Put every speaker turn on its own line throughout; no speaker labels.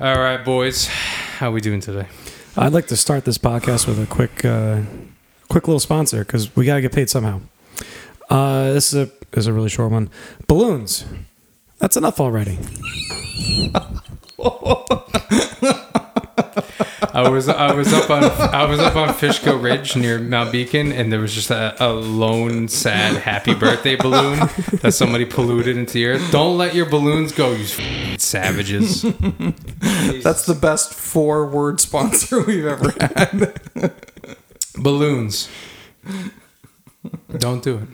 All right, boys. How we doing today?
I'd like to start this podcast with a quick, uh, quick little sponsor because we got to get paid somehow. Uh, this is a this is a really short one. Balloons. That's enough already.
I was I was up on I was up on Fishkill Ridge near Mount Beacon, and there was just a, a lone, sad, happy birthday balloon that somebody polluted into the earth. Don't let your balloons go, you f***ing savages.
That's the best four word sponsor we've ever had.
Balloons. Don't do it.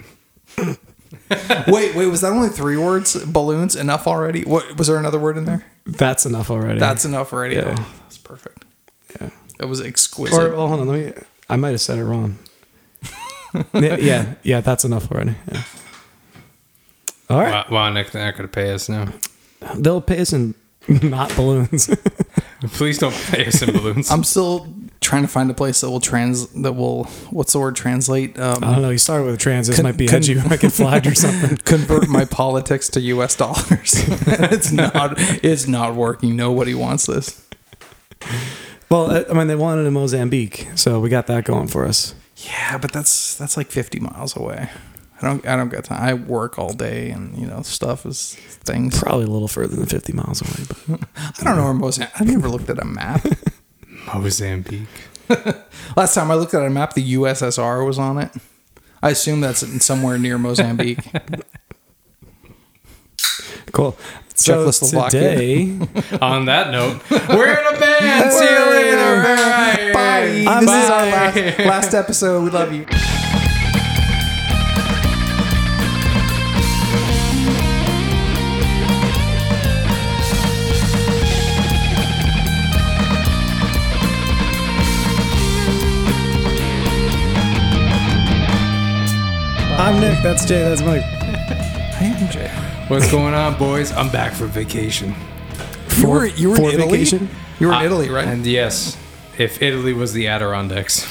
wait, wait, was that only three words? Balloons, enough already? What was there another word in there?
That's enough already.
That's enough already.
Yeah.
Oh, that's perfect.
Yeah.
That was exquisite.
or well, hold on. Let me. I might have said it wrong. yeah, yeah, yeah, That's enough already. Yeah. All right.
Wow, wow Nick, they're not going to pay us now.
They'll pay us in not balloons.
Please don't pay us in balloons.
I'm still trying to find a place that will trans that will what's the word translate um,
I don't know. You started with trans. This
Con-
might be
con-
edgy. I get flagged or something.
convert my politics to US dollars. it's not it's not working. Nobody wants this.
Well, I- I mean, they wanted in Mozambique, so we got that going for us.
Yeah, but that's that's like 50 miles away. I don't I don't got time. I work all day and you know stuff is things.
Probably a little further than 50 miles away, but
I don't know where Mozambique. I've never looked at a map.
Mozambique.
Last time I looked at a map, the USSR was on it. I assume that's in somewhere near Mozambique.
cool. So
Czechoslovakia.
today,
On that note, we're in a band. See you
We're in a
later. Bye.
Bye.
I'm
this is our
Bye.
last, last episode. We love you.
I'm Nick. That's Jay. That's Mike.
I am Jay.
What's going on, boys? I'm back for vacation.
You were, you were
for
in Italy? Uh,
vacation?
You were in
Ah,
Italy, right?
And yes, if Italy was the Adirondacks,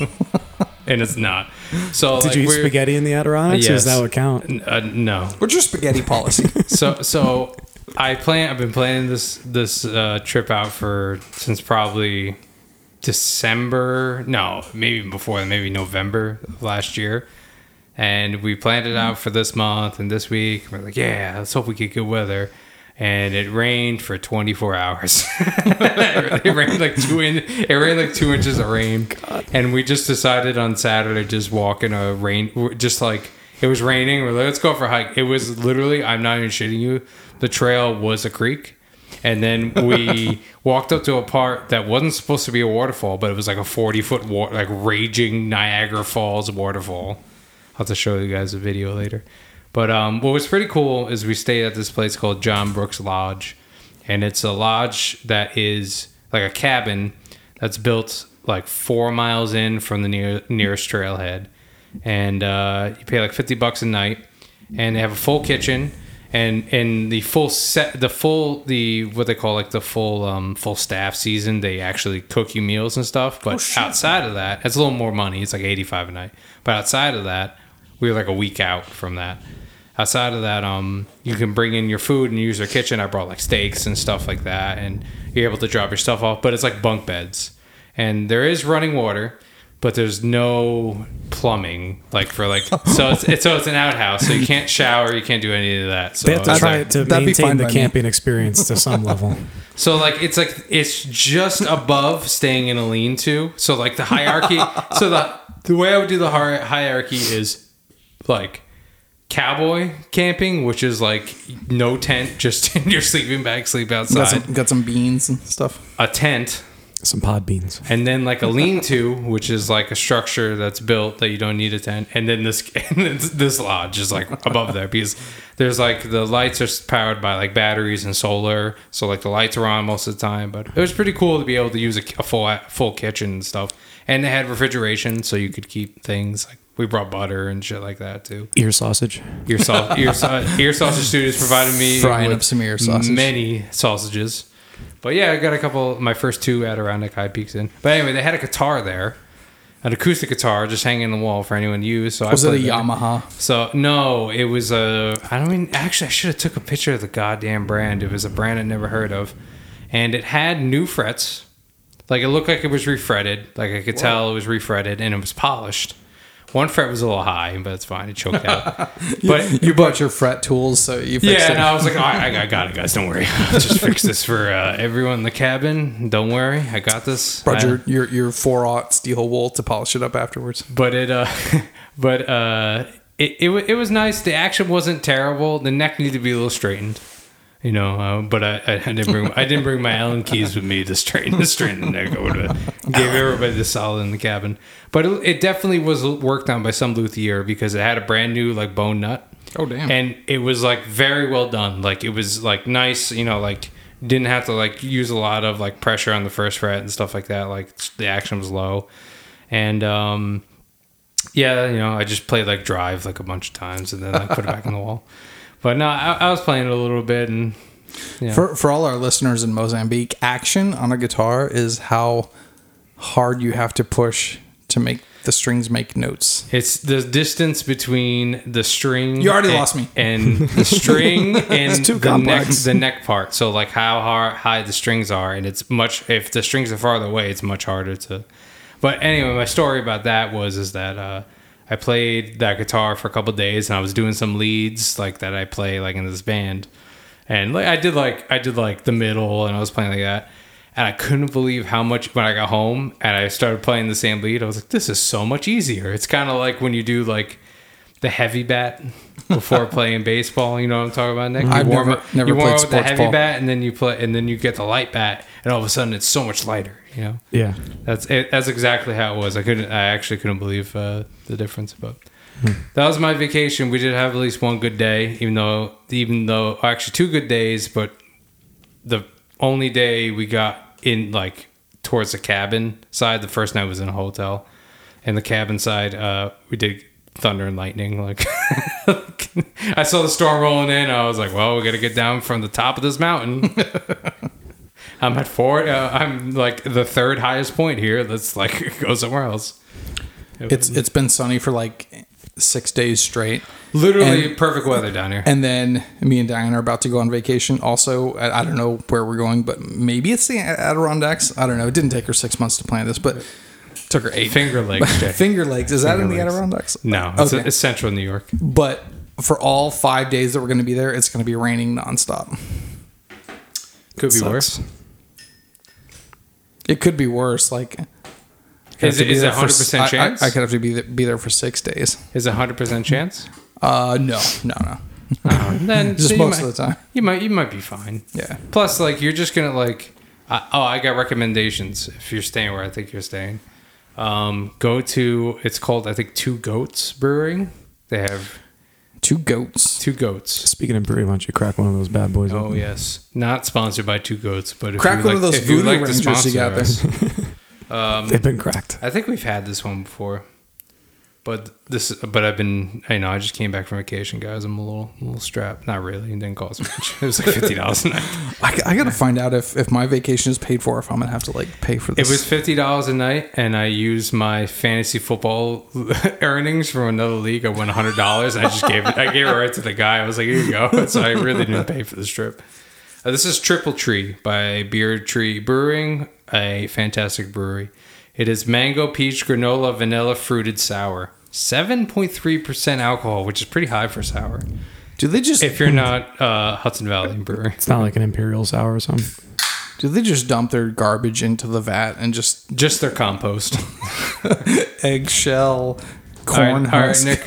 and it's not. So
Did
like,
you eat
we're-
spaghetti in the Adirondacks? Or
Yes.
does that what count?
N- Uh, no.
What's your spaghetti policy?
So so I plan. I've been planning this this uh, trip out for since probably December. No, maybe before. Maybe November of last year. And we planned it out for this month and this week. We're like, yeah, let's hope we get good weather. And it rained for 24 hours. it rained like two in, it rained like two inches of rain. And we just decided on Saturday just walk in a rain, just like it was raining. We're like, let's go for a hike. It was literally, I'm not even shitting you. The trail was a creek. And then we walked up to a part that wasn't supposed to be a waterfall, but it was like a 40 foot, wa- like raging Niagara Falls waterfall. I'll have to show you guys a video later. But um, what was pretty cool is we stayed at this place called John Brooks Lodge, and it's a lodge that is like a cabin that's built like four miles in from the near, nearest trailhead, and uh, you pay like fifty bucks a night, and they have a full kitchen and and the full set the full the what they call like the full um full staff season they actually cook you meals and stuff but outside of that it's a little more money it's like 85 a night but outside of that we were like a week out from that outside of that um you can bring in your food and use their kitchen i brought like steaks and stuff like that and you're able to drop your stuff off but it's like bunk beds and there is running water but there's no plumbing like for like so it's, it's so it's an outhouse so you can't shower you can't do any of that so
They have to
it's
try
like,
to
that'd be
maintain
fine
the
by me.
camping experience to some level.
so like it's like it's just above staying in a lean-to so like the hierarchy so the the way i would do the hi- hierarchy is like cowboy camping which is like no tent just in your sleeping bag sleep
got,
outside
some, got some beans and stuff.
a tent
Some pod beans.
and then like a lean-to, which is like a structure that's built that you don't need a tent, and then this and then this lodge is like above there because there's like the lights are powered by like batteries and solar, so like the lights are on most of the time. But it was pretty cool to be able to use a, a full full kitchen and stuff, and they had refrigeration, so you could keep things like we brought butter and shit like that too.
Ear sausage.
Ear, sau- ear, sau- ear sausage studios provided me
Frying
with
up some ear sausage.
many sausages. But yeah, I got a couple. My first two Adirondack High Peaks in. But anyway, they had a guitar there, an acoustic guitar just hanging on the wall for anyone to use. So
Was
I
it a
played that.
Yamaha?
So no, it was a. I don't mean. Actually, I should have took a picture of the goddamn brand. It was a brand I never heard of, and it had new frets. Like it looked like it was refretted. Like I could tell it was refretted and it was polished. One fret was a little high, but it's fine. It choked out. but
you bought your fret tools, so you fixed
yeah,
it.
and I was like, all right, I, I got it, guys. Don't worry. I'll just fix this for uh, everyone in the cabin. Don't worry. I got this.
Brought
I-
your, your your four aught steel wool to polish it up afterwards.
but it uh but uh it, it, wa- it was nice the action wasn't terrible the neck needed to be a little straightened you know uh, but I, I, I didn't bring I didn't bring my allen keys with me to straighten to straighten the neck I would have gave everybody the solid in the cabin but it, it definitely was worked on by some luthier because it had a brand new like bone nut
Oh, damn.
and it was like very well done like it was like nice you know like didn't have to like use a lot of like pressure on the first fret and stuff like that like the action was low and um yeah, you know, I just played like drive like a bunch of times and then like put it back on the wall. But no, I, I was playing it a little bit and yeah.
For for all our listeners in Mozambique, action on a guitar is how hard you have to push to make the strings make notes.
it's the distance between the string.
You already
and-
lost me.
And the string and
too
the neck,
complex.
the neck part. So like how har- high the strings are, and it's much. If the strings are farther away, it's much harder to. But anyway, my story about that was is that uh, I played that guitar for a couple days, and I was doing some leads like that I play like in this band, and like I did like I did like the middle, and I was playing like that. And I couldn't believe how much when I got home and I started playing the same lead. I was like, "This is so much easier." It's kind of like when you do like the heavy bat before playing baseball. You know what I'm talking about, Nick? You
Mm-hmm. I've never-
up-
never
you warm
played
up with the
sports
heavy
ball.
bat, and then you play, and then you get the light bat, and all of a sudden it's so much lighter. You know,
Yeah.
that's it, that's exactly how it was. I couldn't, I actually couldn't believe uh, the difference, but. That was my vacation. We did have at least one good day, even though, even though, actually two good days, but the only day we got in like towards the cabin side the first night was in a hotel and the cabin side uh we did thunder and lightning like i saw the storm rolling in i was like well we gotta get down from the top of this mountain i'm at four uh, i'm like the third highest point here let's like go somewhere else It
It's it's been sunny for like six days straight.
literally
and-
perfect weather down here
And then me and Diane are about to go on vacation. Also, I I don't know where we're going, but maybe it's the Adirondacks. I don't know. It didn't take her six months to plan this, but it took her eight.
finger lakes Jay.
Finger Lakes. Is that in
Finger
the
Lakes.
Adirondacks?
no it's,
Okay.
it's central new york
But for all five days that we're going to be there, it's going to be raining nonstop.
could be
Sucks.
worse
It could be worse. Like, I could
Is
have to
it-
be
is it
there for
100%
s- I- I-
chance?
I, could have to be there, be there for six days.
is a 100% chance Oh,
Uh, no, no, no.
then
Just
so you
most
might-
of the time.
You might you might be fine.
Yeah.
Plus, like you're just gonna like, I, oh, I got recommendations. If you're staying where I think you're staying, um, go to it's called I think Two Goats Brewing. They have
Two goats.
two goats.
Speaking of brewery, why don't you crack one of those bad boys?
Oh
open?
yes, not sponsored by Two Goats, but if
Mm-hmm. Crack
you
one
like,
of those
if you
voodoo
like to
rangers you
sponsor
got there.
us,
They've been cracked.
I think we've had this one before. But this, but I've been, I know, I just came back from vacation, guys. I'm a little, a little strapped. Not really. It didn't cost much. It was like fifty dollars a night.
I, I got to find out if, if my vacation is paid for, if I'm going to have to like pay for
It
this.
was fifty dollars a night, and I used my fantasy football earnings from another league. I won hundred dollars, and I just gave it. I gave it right to the guy. I was like, "Here you go." So I really didn't pay for this trip. Uh, this is Triple Tree by Beard Tree Brewing, a fantastic brewery. It is mango, peach, granola, vanilla, fruited sour. Seven point three percent alcohol, which is pretty high for sour.
do they just
If you're not uh, Hudson Valley Brewery,
It's not like an imperial sour or something.
do they just dump their garbage into the vat and just
just their compost.
eggshell corn
all right,
husk?
Nick,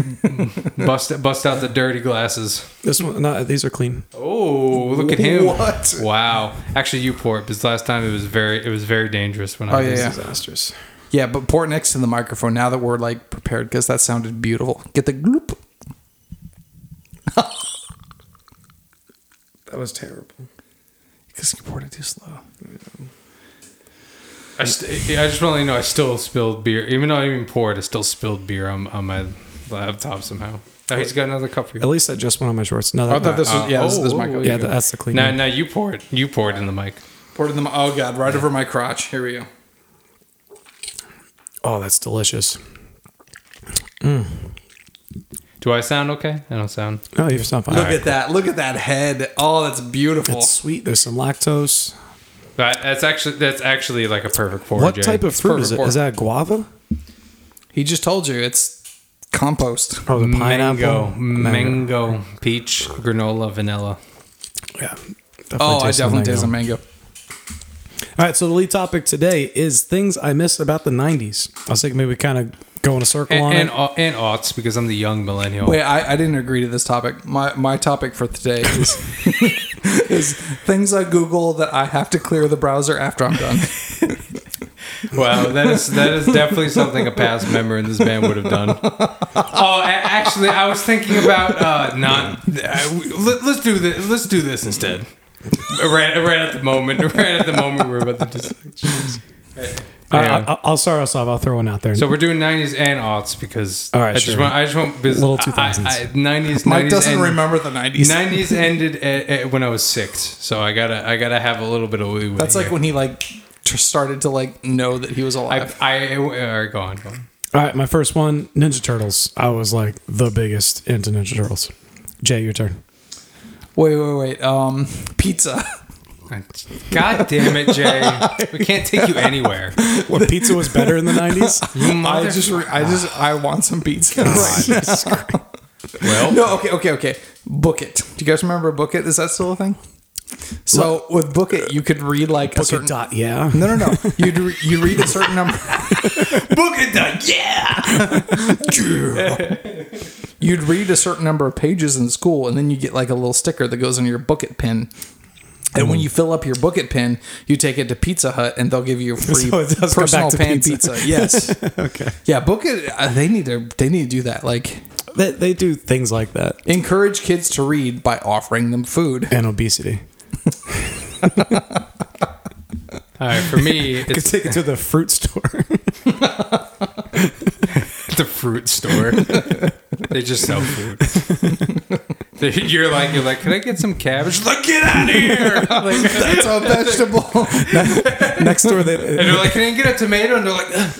bust bust out the dirty glasses.
This one, no, these are clean.
Oh, look at him!
What?
Wow. Actually, you pour it because last time it was very it was very dangerous when I
Oh,
was.
yeah.
Disastrous.
Yeah, but pour it next to the microphone now that we're like prepared because that sounded beautiful. Get the gloop.
That was terrible.
Because you poured it too slow.
I, st- I just want to let you know I still spilled beer, even though I didn't even pour it. I still spilled beer on, on my laptop somehow. Oh, he's got another cup for
At
you.
least I just went on my shorts. No,
I
that,
thought this was yeah. this, this
oh,
mic.
oh,
yeah, that- that's the clean.
Now,
one.
now you pour it. You pour it in the mic.
poured in the. mi- Oh god, right over my crotch. Here we go.
Oh, that's delicious.
Do I sound okay? I don't sound.
No, you sound fine.
Look at that. Look at that head. Oh, that's beautiful.
It's sweet. There's some lactose.
That, that's actually that's actually like a perfect forage.
what type of
It's
fruit
perfect
is it?
forage.
Is that guava?
He just told you it's compost.
Oh, the
Mango,
pineapple,
mango, peach, granola, vanilla.
Yeah.
Oh, I
tastes of
definitely
mango.
taste a mango.
All right, so the lead topic today is things I missed about the '90s. I was thinking maybe we kind of go in a circle
And
on
and,
it. Uh,
au- and aughts because I'm the young millennial.
Wait, I, I didn't agree to this topic. My my topic for today is is things I Google that I have to clear the browser after I'm done.
Wow, that is that is definitely something a past member in this band would have done. Oh, a- actually, I was thinking about uh, not. Uh, we- let, let's do this. Let's do this instead. Right, right at the moment. Right at the moment, we're about to just.
Uh, I, I, I'll start us off. I'll throw one out there.
So we're doing '90s and aughts because
All right,
I just
sure.
want I just want because
Little
I-
2000s.
I- I- '90s.
Mike
90s
doesn't
ended-
remember the nineties.
'90s ended at, at when I was six, so I gotta I gotta have a little bit of leeway.
That's like
here.
when he like t- started to like know that he was alive.
I I all right, go on. Go on.
All right, my first one, Ninja Turtles. I was like the biggest into Ninja Turtles. Jay, your turn.
wait, wait, wait. Um, pizza.
God damn it, Jay. We can't take you anywhere.
What pizza was better in the '90s?
You
I
mother-
just, re- I just, I want some pizza. right now.
well,
No, okay, okay, okay. Book it. Do you guys remember Book It? Is that still a thing? So with Book It, you could read like a certain.
Dot, yeah.
No, no, no. You'd re- you read a certain number.
book it done. Yeah.
You'd read a certain number of pages in school, and then you get like a little sticker that goes on your Book It pin. And when you fill up your Book It pin, you take it to Pizza Hut, and they'll give you a free
So it does come back
personal
to
pan
pizza.
pizza. Yes.
Okay.
Yeah, Book It. Uh, they need to. They need to do that. Like
They, they do things like that
encourage kids to read by offering them food.
and obesity.
All right, for me,
Could
it's
take it to the fruit store.
the fruit store. they just sell food. They- you're like, you're like, can I get some cabbage? Like, get out of here! Like,
That's a vegetable.
Next door, they
and they're like, can I get a tomato? And they're like, "Ugh."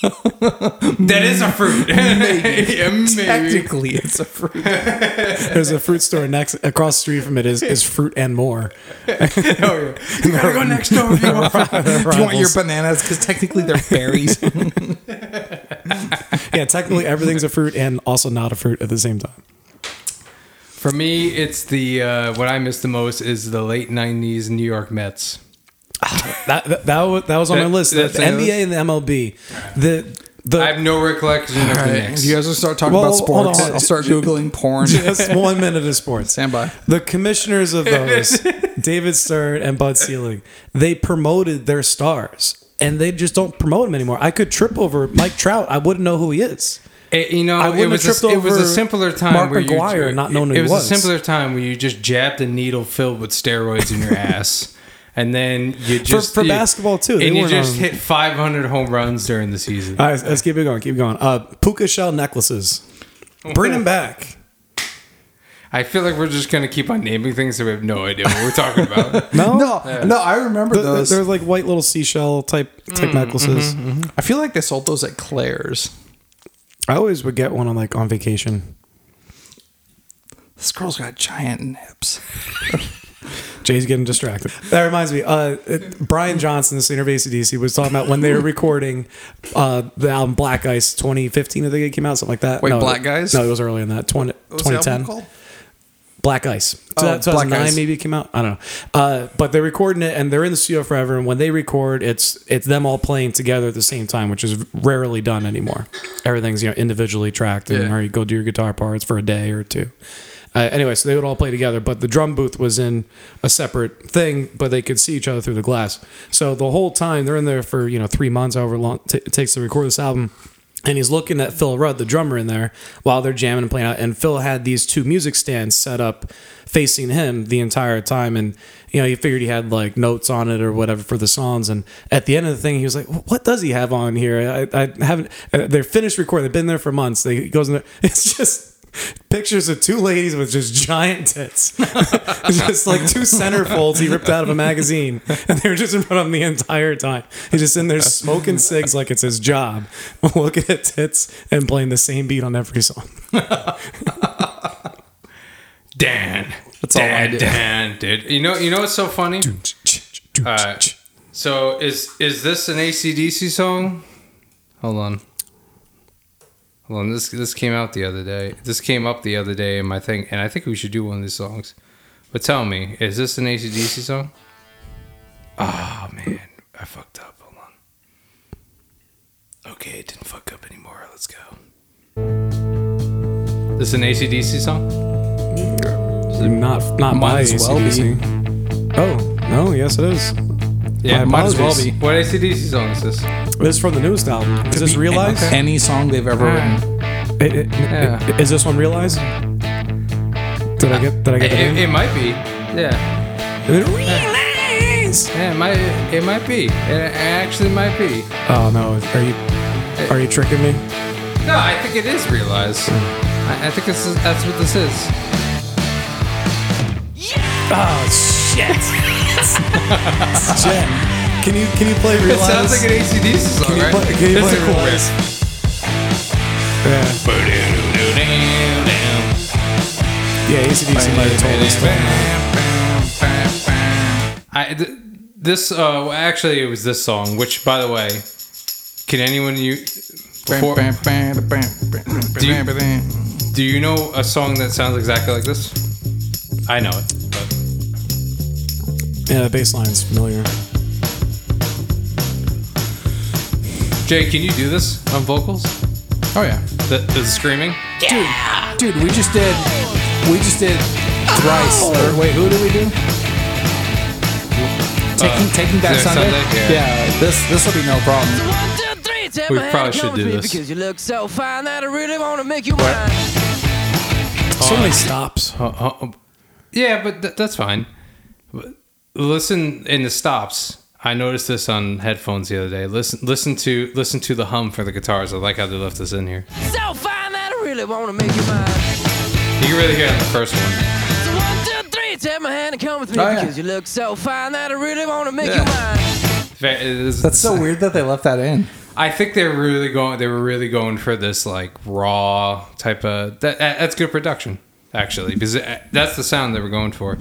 that is a fruit. Maybe. yeah, maybe.
Technically, it's a fruit.
there's a fruit store next across the street from it is is fruit and more.
Oh, yeah. You gotta go next door if you want.
Do you want your bananas? Because technically, they're berries.
yeah, technically everything's a fruit and also not a fruit at the same time.
For me, it's the uh, what I miss the most is the late '90s New York Mets.
That that, that, was, that was on
That-
my list. The
that's on your
NBA and the MLB. The the
I have no recollection of the Knicks.
You guys will start talking
Well,
about
hold on,
sports.
hold on.
I'll start googling porn.
just one minute of sports.
Stand by.
The commissioners of those, David Stern and Bud Selig, they promoted their stars, and they just don't promote them anymore. I could trip over Mike Trout; I wouldn't know who he is.
It, you know,
I
it
wouldn't
was
have
a,
tripped
it was a
over
simpler time
Mark
where you-
McGwire not knowing who
it,
he
was,
was.
a simpler time where you just jabbed a needle filled with steroids in your ass, and then you just
for
you-
basketball, too, they
and you
weren't
just
on- Uh,
hit 500 home runs during the season.
All right, let's keep it going. Keep going. Uh, puka shell necklaces. Bring them back.
I feel like we're just gonna keep on naming things that we have no idea what we're talking about.
No,
No, no, I remember
Th- th-
those.
they're like white little seashell type type
Mm-hmm,
necklaces.
I feel like they sold those at Claire's. mm-hmm.
I always would get one on like on vacation.
This girl's got giant nips.
Jay's getting distracted. That reminds me. Uh, it- Brian Johnson, the singer of ACDC, was talking about when they were recording uh, the album Black Ice 2015. I think it came out something like that.
Wait,
No,
Black Guys?
No, it was earlier than that. 20,
What was the album
2010.
called?
Black Ice.
Oh, Black
2009
Ice.
maybe it came out. I don't know. Uh, but they're recording it and they're in the studio forever. And when they record, it's it's them all playing together at the same time, which is rarely done anymore. Everything's you know individually tracked, and
Yeah.
or you go do your guitar parts for a day or two. Uh, anyway, so they would all play together, but the drum booth was in a separate thing, but they could see each other through the glass. So the whole time they're in there for you know three months, however long t- it takes to record this album. And he's looking at Phil Rudd, the drummer, in there while they're jamming and playing out. And Phil had these two music stands set up facing him the entire time. And, you know, he figured he had like notes on it or whatever for the songs. And at the end of the thing, he was like, What does he have on here? I, I haven't, uh, they're finished recording. They've been there for months. They, he goes in there. It's just pictures of two ladies with just giant tits. just like two centerfolds he ripped out of a magazine. And they were just in front of him the entire time. He's just in there smoking cigs like it's his job, looking at tits and playing the same beat on every song.
Dan,
That's all I
Dan,
did.
Dan did. You know, you know what's so funny? Uh, so is is this an ACDC song? Hold on. Hold on. This this came out the other day. This came up the other day in my thing, and I think we should do one of these songs. But tell me, is this an ACDC song? Oh man, I fucked up. Hold on. Okay, it didn't fuck up anymore. Let's go. This an ACDC song?
not not
Might
by
as well be.
AC/DC. Oh no, yes it is.
Yeah,
My
might as well
apologies.
be.
What ACDC song is this?
This is from the newest album. Is this
Be
Realize?
Any, any song they've ever written.
It- it-
Yeah.
it- is this one Realize? Did I get? Did I get
It,
the
it,
name?
it might be. Yeah.
Realize.
Yeah, it might, it might be. It actually might be.
Oh no, are you are you tricking me?
No, I think it is realized. I, I think this is, that's what this is.
Oh shit! shit. Can you can you play
It
Realize?
sounds like an ACDC song,
Can you
right?
play- can you
That's
play
a cool
Realize?
riff.
yeah, yeah. ACDC might have told us. that.
I, th- this, uh, actually, it was this song, which, by the way, can anyone you. Before, do you know a song that sounds exactly like this? I know it. But
Yeah, the bass line's familiar.
Jay, can you do this on vocals?
Oh yeah,
The, the screaming?
dude, we just did, we just did thrice. Or wait, who did we do? Taking, taking back
Back
Sunday.
Sunday? Uh, Yeah.
yeah. this this will be no problem.
One, two, three, tap
We
my hand
probably
and
should
come
do
with me
this.
Because you look so fine that I really want to make you mine.
So many stops.
Uh, uh, uh, yeah, but th- that's fine. But Listen in the stops. I noticed this on headphones the other day. Listen, listen to listen to the hum for the guitars. I like how they left this in here.
So fine that I really want to make you mine.
You can really hear it on the first one.
So one, two, three, tap my hand and come with me
Oh, yeah.
because you look so fine that I really want to make
Yeah.
you mine.
Fa- it is-
That's so weird that they left that in.
I think they're really going. They were really going for this like raw type of. That, that- that's good production actually because it- that's the sound they were going for.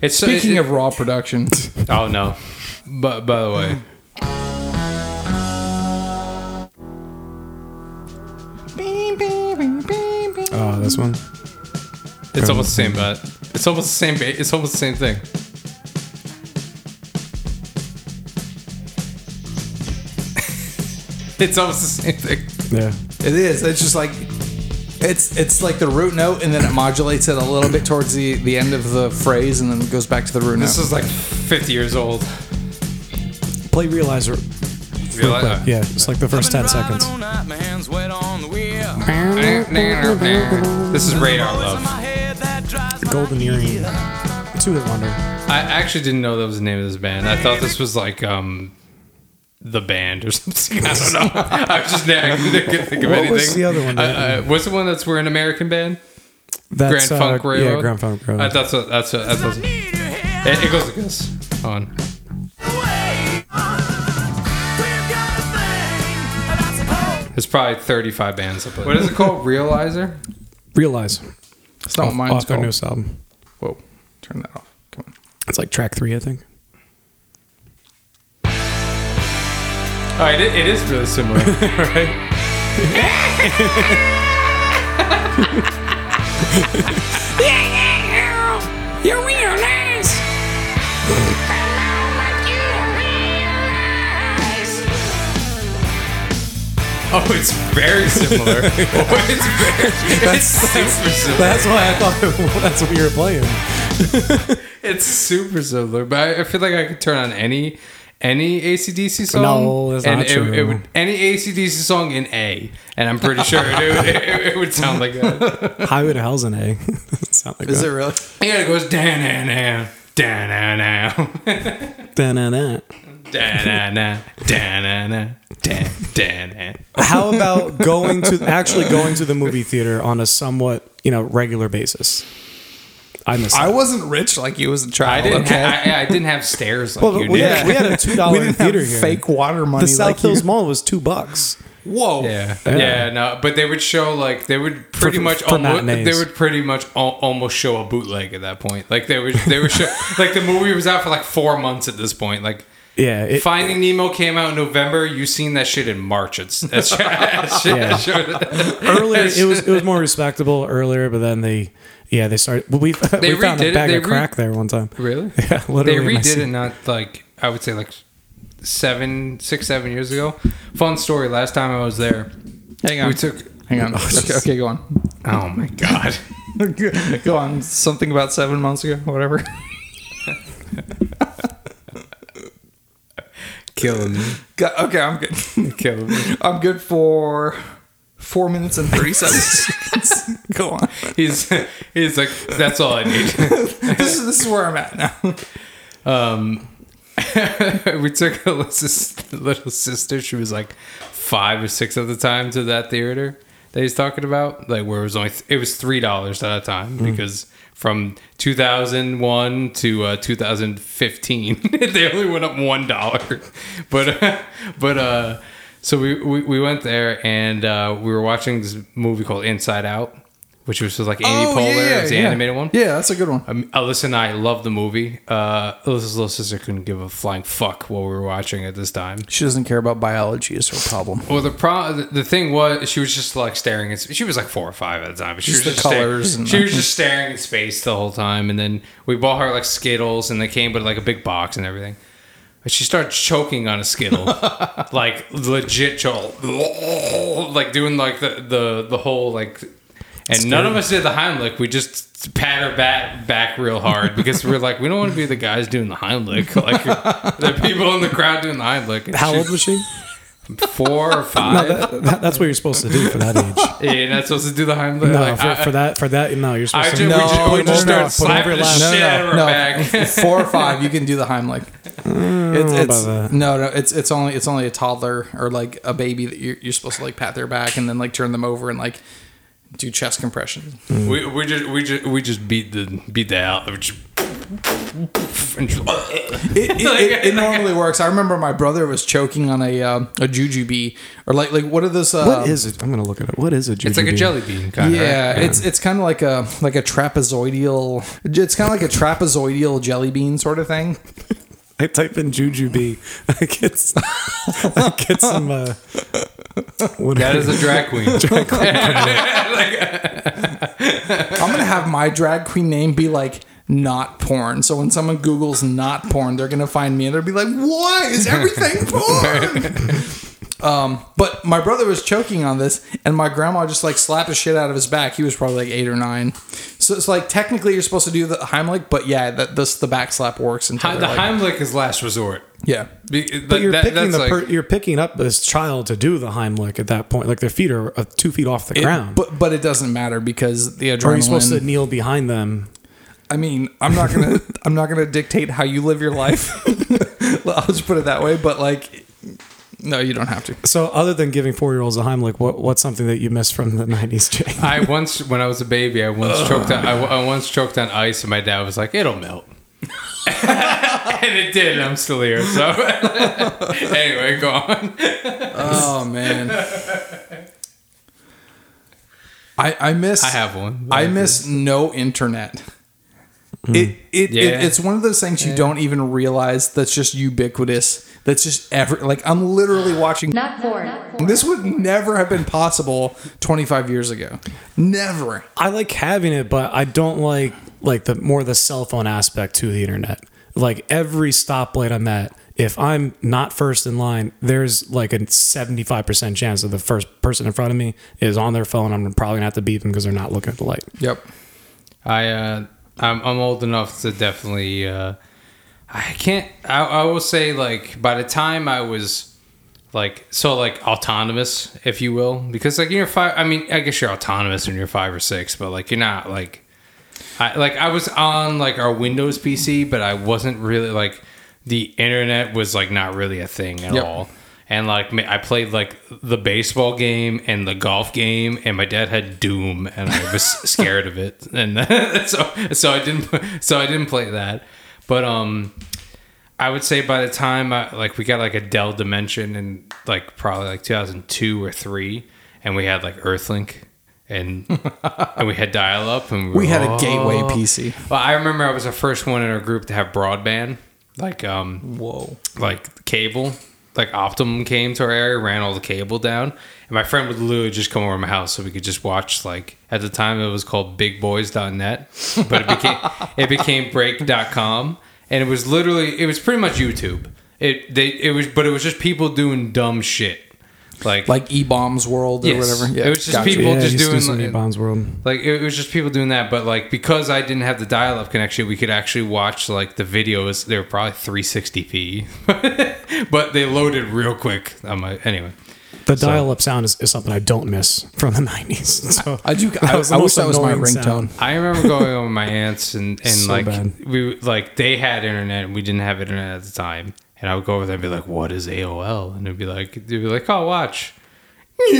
It's so-
Speaking
it-
of raw production,
Oh no! But by the way,
Uh,
Oh, this one.
it's almost the same. But it's almost the same. ba- It's almost the same thing. it's almost the same thing.
Yeah.
it is. It's just like it's it's like the root note, and then it modulates it a little bit towards the the end of the phrase, and then it goes back to the root
This
note.
is like 50 years old.
Play Realizer. Yeah, it's like the first ten seconds.
This is radar love.
Golden Earring. Two hit wonder.
I actually didn't know that was the name of this band. I thought this was like um the band or something. I don't know. I was just I couldn't think of
What
anything.
was the other one,
Uh,
Dan?
uh, what's the one that's we're an American band? Grand
That's,
Funk
uh,
Railroad.
Yeah, Grand Funk Railroad.
Uh, that's what. That's what. That's what it, it goes like this. Hold on. There's probably 35 bands up there. What is it called? Realizer?
Realize.
It's not what mine's
off their
called.
newest album.
Whoa, turn that off. Come on.
It's like track three, I think.
All right, Oh, it, it is really similar, right? Oh, it's very similar. oh, it's very, it's super similar.
That's why I thought that's what you were playing.
It's super similar, but I, I feel like I could turn on any any ACDC song.
No, that's
and
not
it,
true.
It would, any ACDC song in A, and I'm pretty sure it, would- it, it would sound like that.
Highway to Hell's an A. it's not like
Is it
that.
really?
Yeah, it goes da na na da na na
Da-na-na.
da na na da na na da da na.
How about going to actually going to the movie theater on a somewhat you know regular basis? I miss.
I
that.
wasn't rich like you as a
I
child.
didn't.
okay?
Ha- I, I didn't have stairs like
Oh, Well,
you
we,
did.
had, we had a two
we
dollar
didn't
theater
have
here.
fake water money.
the South
like you.
Hills Mall was two bucks.
Whoa.
Yeah.
Yeah.
yeah, no, but they would show like they would pretty
For-
much
for
almost
matinees.
they would pretty much al- almost show a bootleg at that point. Like they would they would show like the movie was out for like four months at this point. Like
Yeah, it,
Finding Nemo came out in November. You seen that shit in March. It's that's that's- that's-
earlier it was it was more respectable earlier, but then they yeah they started. Well, we we found
redid
a
it,
bag
they
of
re-
crack there one time.
Really?
Yeah,
They
literally. in my
redid
seat.
it not like I would say like seven, six, seven years ago. Fun story. Last time I was there,
Hang on.
we took.
Hang on. Okay, okay, go on.
Oh my god.
go on. Something about seven months ago, whatever.
Killing me.
Go- okay, I'm good.
Killing me.
I'm good for four minutes and 37 seconds. Go on.
He's he's like that's all I need.
This is, this is where I'm at now.
we took a little sis- little sister. She was like five or six at the time to that theater that he's talking about. Like where it was only it was three dollars at a
Mm.
time because from 2001 to uh, 2015 they only went up one dollar. But uh, but uh, so we, we we went there and uh, we were watching this movie called Inside Out, which was like Amy
Oh,
Poehler, it was the animated one.
Yeah, that's a good one.
Um, Alyssa and I love the movie. Uh, Alyssa's little sister couldn't give a flying fuck what we were watching at this time.
She doesn't care about biology is her problem.
Well, the pro- the- the thing was, she was just like staring at. She was like four or five at the time. But she
Just
was just
the colors
Staring,
and-
she was just staring at space the whole time. And then we bought her like Skittles, and they came with like a big box and everything. And she started choking on a Skittle, like legit choke, like doing like the the the whole like. And none of us did the Heimlich. We just pat her back back real hard because we are like, we don't want to be the guys doing the Heimlich. Like the people in the crowd doing the Heimlich. And
How
she-
old was she?
Four or five.
That- that's what you're supposed to do for that age.
Yeah, you're not supposed to do the Heimlich.
No,
like,
for,
I,
for that for that no, you're
I
supposed
just,
to.
we
No,
just, we
no,
just started
no, no.
slapping the
Put
shit out of her
no.
back.
Four or five, you can do the Heimlich. It's, it's
about that.
no, no. It's it's only it's only a toddler or like a baby that you're, you're supposed to like pat their back and then like turn them over and like do chest compressions.
we, we just we just we just beat the beat the hell. we just- and just-
it, it, it, it normally works. I remember my brother was choking on a um, a jujube or like like what are those? Uh,
What is it? I'm gonna look it up. What is a
It's like a
jujube?
jelly bean kind of.
yeah, it's it's kind of like a like a trapezoidal. It's kind of like a trapezoidal jelly bean sort of thing.
I type in jujube. I get s- I get some. Uh, what
That is a drag queen.
I'm gonna have my drag queen name be like not porn. So when someone Google's not porn, they're gonna find me and they'll be like, "Why is everything porn?" um, but my brother was choking on this, and my grandma just like slapped the shit out of his back. He was probably like eight or nine. So it's like technically you're supposed to do the Heimlich, but yeah, that this the back slap works until
Hi-
they're
the
like,
Heimlich is last resort.
yeah.
Be-
But
that-
you're
that-
picking
that's
the
like-
per, you're picking up this child to do the Heimlich at that point. Like their feet are uh, two feet off the ground.
But but it doesn't matter because the adrenaline.
Or are you supposed to kneel behind them?
I mean, I'm not gonna I'm not gonna dictate how you live your life. I'll just put it that way. But like, no, you don't have to.
So, other than giving four year olds a Heimlich, what, what's something that you missed from the nineties, Jay?
I once, when I was a baby, I once choked on, I, I once choked on ice, and my dad was like, "It'll melt," and it did. and I'm still here. So anyway, go on.
Oh man. I I miss
I have one. Hmm.
I miss no internet. It it,
Yeah.
it it's one of those things you don't even realize that's just ubiquitous. That's just ever like I'm literally watching.
Not porn.
This would never have been possible 25 years ago. Never.
I like having it, but I don't like like the more the cell phone aspect to the internet. Like every stoplight I'm at, if I'm not first in line, there's like a 75% chance that the first person in front of me is on their phone. I'm probably gonna have to beep them because they're not looking at the light.
Yep.
I uh, I'm I'm old enough to definitely. Uh, I can't. I, I will say like by the time I was like so like autonomous, if you will, because like you're five. I mean, I guess you're autonomous when you're five or six, but like you're not like. I like I was on like our Windows PC, but I wasn't really like the internet was like not really a thing at
Yep.
all. And like ma- I played like the baseball game and the golf game, and my dad had Doom, and I was scared of it, and so so I didn't so I didn't play that. But um, I would say by the time I, like we got like a Dell Dimension and like probably like 2002 or three, and we had like Earthlink and and we had dial up and
We had
were,
a gateway
"Oh."
PC.
Well, I remember I was the first one in our group to have broadband, like um
Whoa.
like cable. Like Optimum came to our area, ran all the cable down, and my friend would literally just come over to my house so we could just watch. Like at the time, it was called BigBoys.net, but it became it became Break.com, and it was literally it was pretty much YouTube. It they it was but it was just people doing dumb shit, like
Like E Bombs World or
Yes.
whatever.
It was just people-
Yeah,
just
just
doing
doing some
like-
like, Bonds World.
like it was just people doing that. But like because I didn't have the dial-up connection, we could actually watch like the videos. They were probably 360p, but they loaded real quick. On my anyway.
The dial-up sound is, is something I don't miss from the nineties. So
I do.
that
I,
was the
I wish
most
that was my
annoying sound.
ringtone.
I remember going over my aunts and and
So
like
bad.
we like they had internet and we didn't have internet at the time. And I would go over there and be like, "What is AOL?" And it'd be like, "They'd be like, oh, watch." like,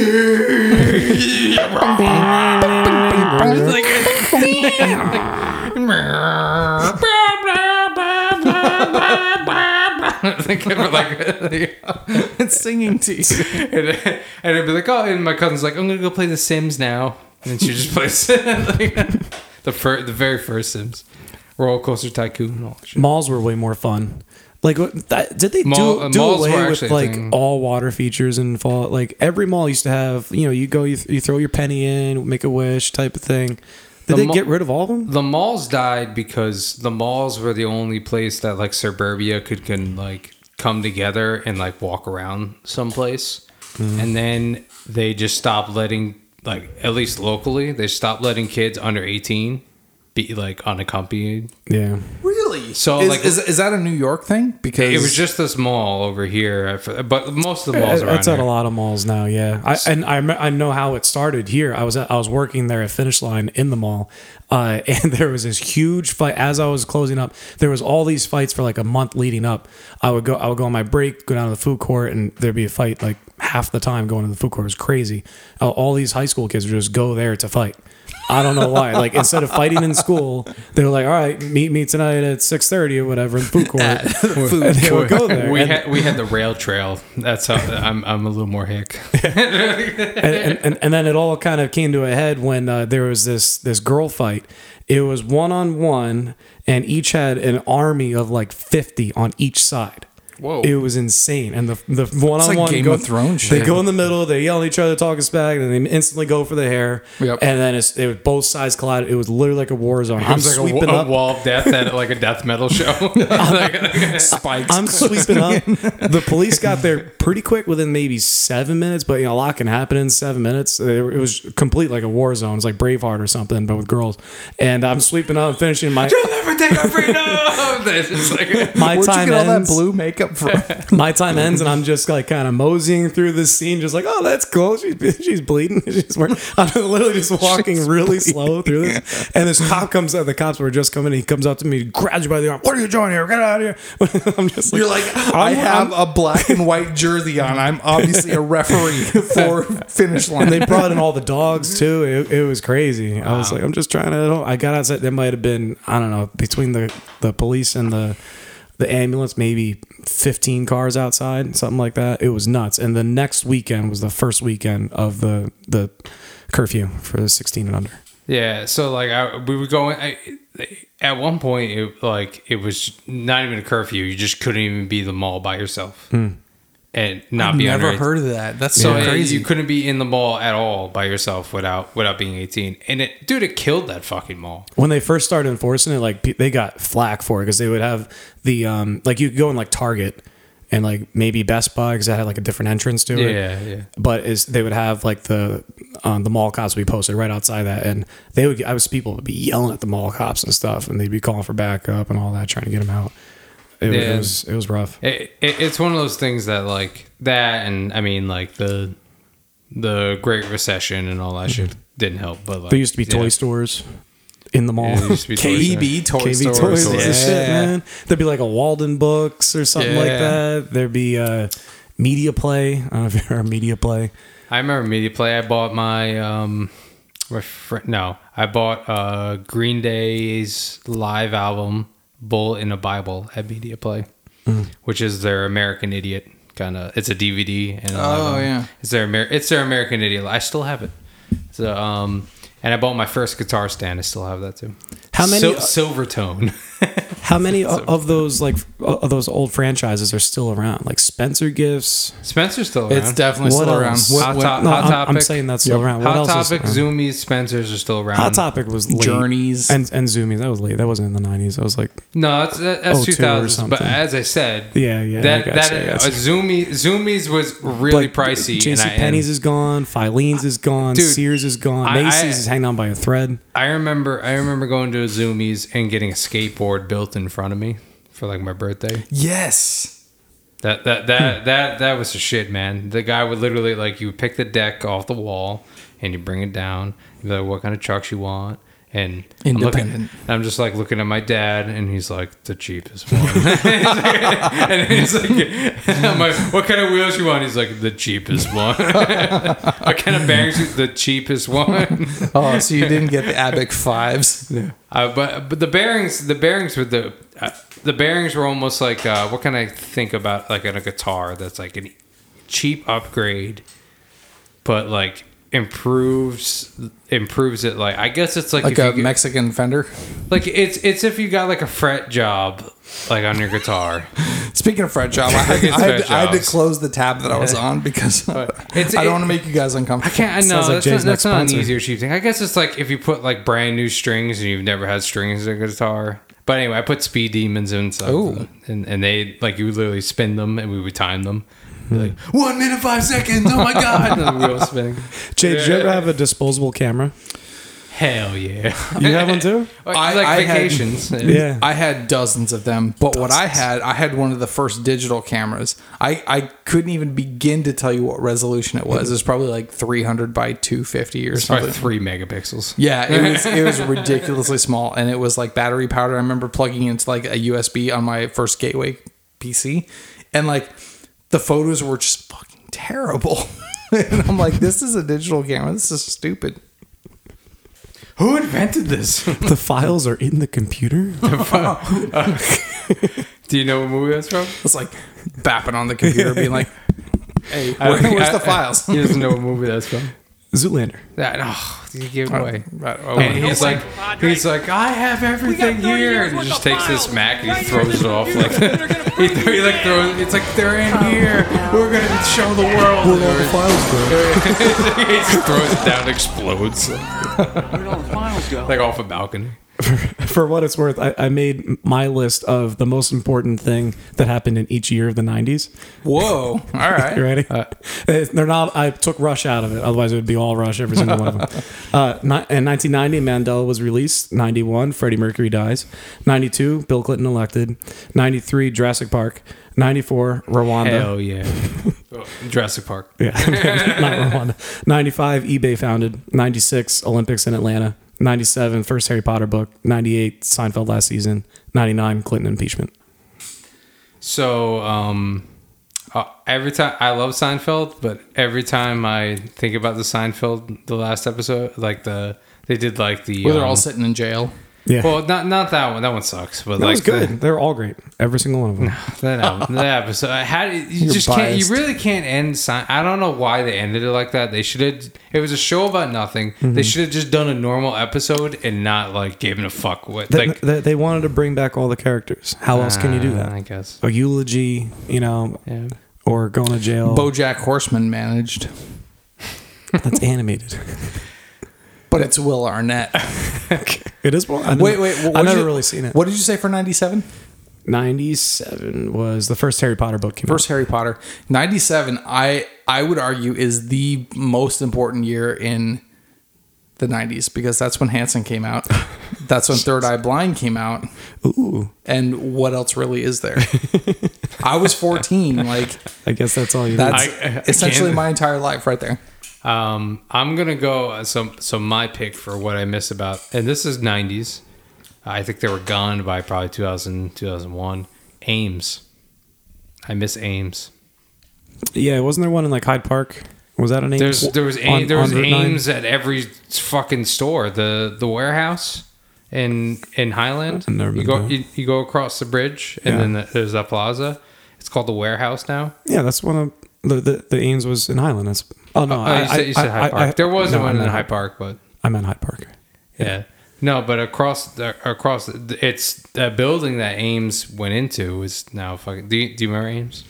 like, like,
It's singing to you.
and, and I'd be like, oh, and my cousin's like, I'm gonna go play The Sims now, and she just plays like, the fir- the very first Sims, Roller Coaster Tycoon, and all that shit.
Malls were way more fun. Like, what- that, did they
Mall-
do,
uh,
do
malls were
away with
actually a
like
thing.
all water features and fall? Like every mall used to have, you know, you go, you, th- you throw your penny in, make a wish type of thing. Did they
mall-
get rid of all of them?
The malls died because the malls were the only place that like suburbia could can like come together and like walk around someplace, and then they just stopped letting like at least locally they stopped letting kids under 18 be like unaccompanied
Yeah,
Really?
So,
is,
like-
is, is that a New York thing? Because
It was just this mall over here, I f- but most of the malls are.
it's at a lot of malls now. Yeah, I, and I, me- I know how it started here. I was at, I was working there at Finish Line in the mall, uh, and there was this huge fight. As I was closing up, there was all these fights for like a month leading up. I would go, I would go on my break, go down to the food court, and there'd be a fight like half the time going to the food court. It was crazy. Uh, all these high school kids would just go there to fight. I don't know why. Like instead of fighting in school, they were like, "All right, meet me tonight at six thirty or whatever in the food court." and they would go there.
We
and-
had we had the rail trail. That's how I'm I'm a little more hick.
and, and- and, and then it all kind of came to a head when uh, there was this this girl fight. It was one on one, and each had an army of like fifty on each side.
Whoa.
It was insane, and the the one on one
Game of Thrones
They
shit.
go in the middle, they yell at each other, talking smack, and then they instantly go for the hair.
Yep.
And then it's, it was both sides collided. It was literally like a war zone. I'm
It was like a,
sweeping
wa- a
up.
wall of death at like a death metal show.
spikes.
I'm sweeping up. The police got there pretty quick, within maybe seven minutes. But you know, a lot can happen in seven minutes. It it was complete like a war zone. It's like Braveheart or something, but with girls. And I'm sweeping up, finishing my
Never take our freedom. It's just like-
my
Where'd you
time
get all that
ends.
blue makeup from?
My time ends, and I'm just like kind of moseying through this scene, just like, oh, that's cool. She's she's bleeding. She's wearing, I'm literally just walking really slow through this. And this cop comes out. The cops were just coming. And he comes up to me, grabs you by the arm. What are you doing here? Get out of here! I'm just like,
You're like, i have a black and white jersey on. I'm obviously a referee for finish line.
and they brought in all the dogs too. It, it was crazy. I was like, I'm just trying to. I got outside. There might have been I don't know between the the police and the the ambulance, maybe 15 cars outside, something like that. It was nuts. And the next weekend was the first weekend of the the curfew for the 16 and under.
yeah. So like I, we were going. I, at one point, it like it was not even a curfew. You just couldn't even be the mall by yourself, and not be under 18.
of that. That's
So crazy. you couldn't be in the mall at all by yourself without without being 18. And it dude, it killed that fucking mall.
when they first started enforcing it, like pe- they got flack for it because they would have the um like you could go in like Target and like maybe Best Buy because that had like a different entrance to it.
Yeah, yeah.
But is they would have like the um, the mall cops would be posted right outside that, and they would I was people would be yelling at the mall cops and stuff, and they'd be calling for backup and all that, trying to get them out. It, was,
Yeah.
it was it was rough.
It, it, it's one of those things that like that and I mean like the the Great Recession and all that shit didn't help. But like
Mm-hmm. There used to be toy
yeah.
stores in the mall.
Yeah, there used to be toy stores.
KB Toy
KB
Store.
Toys
Store.
is the shit, man. There'd be like a Walden Books or something like
Yeah.
that. There'd be uh, Media Play. I don't know if you remember Media Play.
I remember Media Play. I bought my um my friend no, I bought uh Green Day's live album Bull in a Bible at Media Play. which is their American Idiot kind of. It's a DVD and an
Oh,
album.
yeah.
it's their Amer- it's their American Idiot. I still have it. So um, and I bought my first guitar stand. I still have that too.
How many-
Sil- silver tone?
How many o- of those like of those old franchises are still around? Like Spencer Gifts.
Spencer's still Uh, around.
It's definitely
What
still
else?
around.
Hot, Top-
No,
Hot
I'm-
Topic.
I'm saying that's still around. What
Hot
else is
Topic,
around?
Zoomies, Spencer's are still around.
Hot Topic was late.
Journeys.
and and Zoomies. That was late. That wasn't in the nineties. That was like
No, that's, that- that's
02 Oh, or
2000s. But
something.
as I said,
Yeah, yeah, I
that
gotcha,
that
I
uh,
gotcha.
Zoomies Zoomies was really
like,
pricey.
J
and
C
I-
Penney's is gone. Filene's is gone.
Dude,
Sears is gone.
I- I-
Macy's is hanging on by a thread.
I remember I remember going to a Zoomies and getting a skateboard built in front of me for like my birthday.
Yes.
That that that that that was the shit, man. The guy would literally like you would pick the deck off the wall and you bring it down. You'd be like, what kind of trucks you want? And I'm looking-
Independent.
and I'm just like looking at my dad, and he's like the cheapest one. and he's like, I'm like, what kind of wheels you want? He's like the cheapest one. what kind of bearings? you- The cheapest one.
Oh, so you didn't get the Abic fives.
Uh, but but the bearings the bearings with the uh, the bearings were almost like uh, what can I think about like on a guitar that's like a cheap upgrade, but like improves improves it like I guess it's like
Like
if you
a
get-
Mexican fender.
like it's it's if you got like a fret job like on your guitar.
Speaking of fret job, I had,
Speaking of
I had,
fret
I had to
jobs.
close the tab that I was on because
It's-
I
it-
don't want to make you guys
I
uncomfortable.
can't. I know
Sounds like
that's,
Jay's
not, that's
next
not an
sponsor.
easy or cheap thing. I guess it's like if you put like brand new strings and you've never had strings in a guitar. But anyway, I put speed demons in some, of
Ooh.
them. and and they like you would literally spin them and we would time them.
Hmm.
They're Like one minute five seconds. Oh my god! and the wheel spinning.
Jay, did you ever have a disposable camera?
Hell yeah!
You have one too?
Like,
I-
like
I had-
vacations.
Yeah.
I had dozens of them, but what I had, I had one of the first digital cameras. I, I couldn't even begin to tell you what resolution it was. It was probably like 300 by 250 or
It's probably
something.
three megapixels.
Yeah, it was it was ridiculously small, and it was like battery powered. I remember plugging into like a USB on my first Gateway PC, and like the photos were just fucking terrible. and I'm like, this is a digital camera. This is stupid.
Who invented this?
The files are in the computer.
Do you know what movie that's from?
It's like bapping on the computer, being like, "Hey,
I
where,
don't think-
where's
I-
the
I-
files?"
He doesn't know what movie that's from.
Zoolander.
That oh, you give it away.
Right,
And he's like, he's like, I have everything here, and he just takes this Mac and he throws it off like he, throw- he like throws. It's like they're in here. We're gonna show the world. he just throws it down, and explodes like off a balcony.
For what it's worth, I, I made my list of the most important thing that happened in each year of the '90s.
Whoa! All
You
right.
ready?
Uh,
They're not. I took Rush out of it. Otherwise, it would be all Rush every single one of them. Uh, ni- in 1990, Mandela was released. 91, Freddie Mercury dies. 92, Bill Clinton elected. 93, Jurassic Park. 94, Rwanda.
Hell yeah! Oh, Jurassic Park.
Yeah, not Rwanda. 95, eBay founded. 96, Olympics in Atlanta. 97, first Harry Potter book. 98, Seinfeld last season. 99, Clinton impeachment.
So um, uh, every time I love Seinfeld, but every time I think about the Seinfeld, the last episode, like the they did like the
Well, they're
um,
all sitting in jail.
Yeah.
Well, not not that one. That one sucks. But
that
like
was good. They're all great. Every single one of them.
The, that, album, that episode. uh, How do- you
You're
just can't.
biased.
You really can't end. Sein- I don't know why they ended it like that. They should have. It was a show about nothing.
Mm-hmm.
They should have just done a normal episode and not like given a fuck what.
They,
like
they, they wanted to bring back all the characters. How else can you do
Uh,
that?
I guess.
A eulogy, you know,
Yeah.
or going to jail.
BoJack Horseman managed,
That's animated.
but it's Will Arnett.
it is. Well, I never-
Wait, wait. What,
I've
what'd
never
you-
really seen it.
What did you say for 97?
97 was the first Harry Potter book came out.
First Harry Potter. 97, I I would argue is the most important year in the 90s because that's when Hanson came out. That's when Third Eye Blind came out.
Ooh,
And what else really is there? I was 14. Like,
I guess that's all you need.
that's
I- I- I
essentially
can't-
my entire life right there.
Um, I'm gonna go. uh, So, so my pick for what I miss about, and this is '90s. I think they were gone by probably 2000, 2001. Ames. I miss Ames.
Yeah, wasn't there one in like Hyde Park? Was that an Ames?
There's there was
On-
Ames, there was
on Route nine?
Ames at every fucking store. The the warehouse in in Highland.
I've never
you
been
go
there.
you, you go across the bridge, and
Yeah.
then the, there's that plaza. It's called the warehouse now.
Yeah, that's one of the the, the Ames was in Highland. That's oh no,
Oh,
I,
you said, you said
I- I-
Hyde Park.
I-
there was
no,
not one
I
in
meant-
Hyde Park, but
I meant Hyde Park.
yeah. No, but across the, across the, it's that building that Ames went into is now fucking. Do you, do you remember Ames?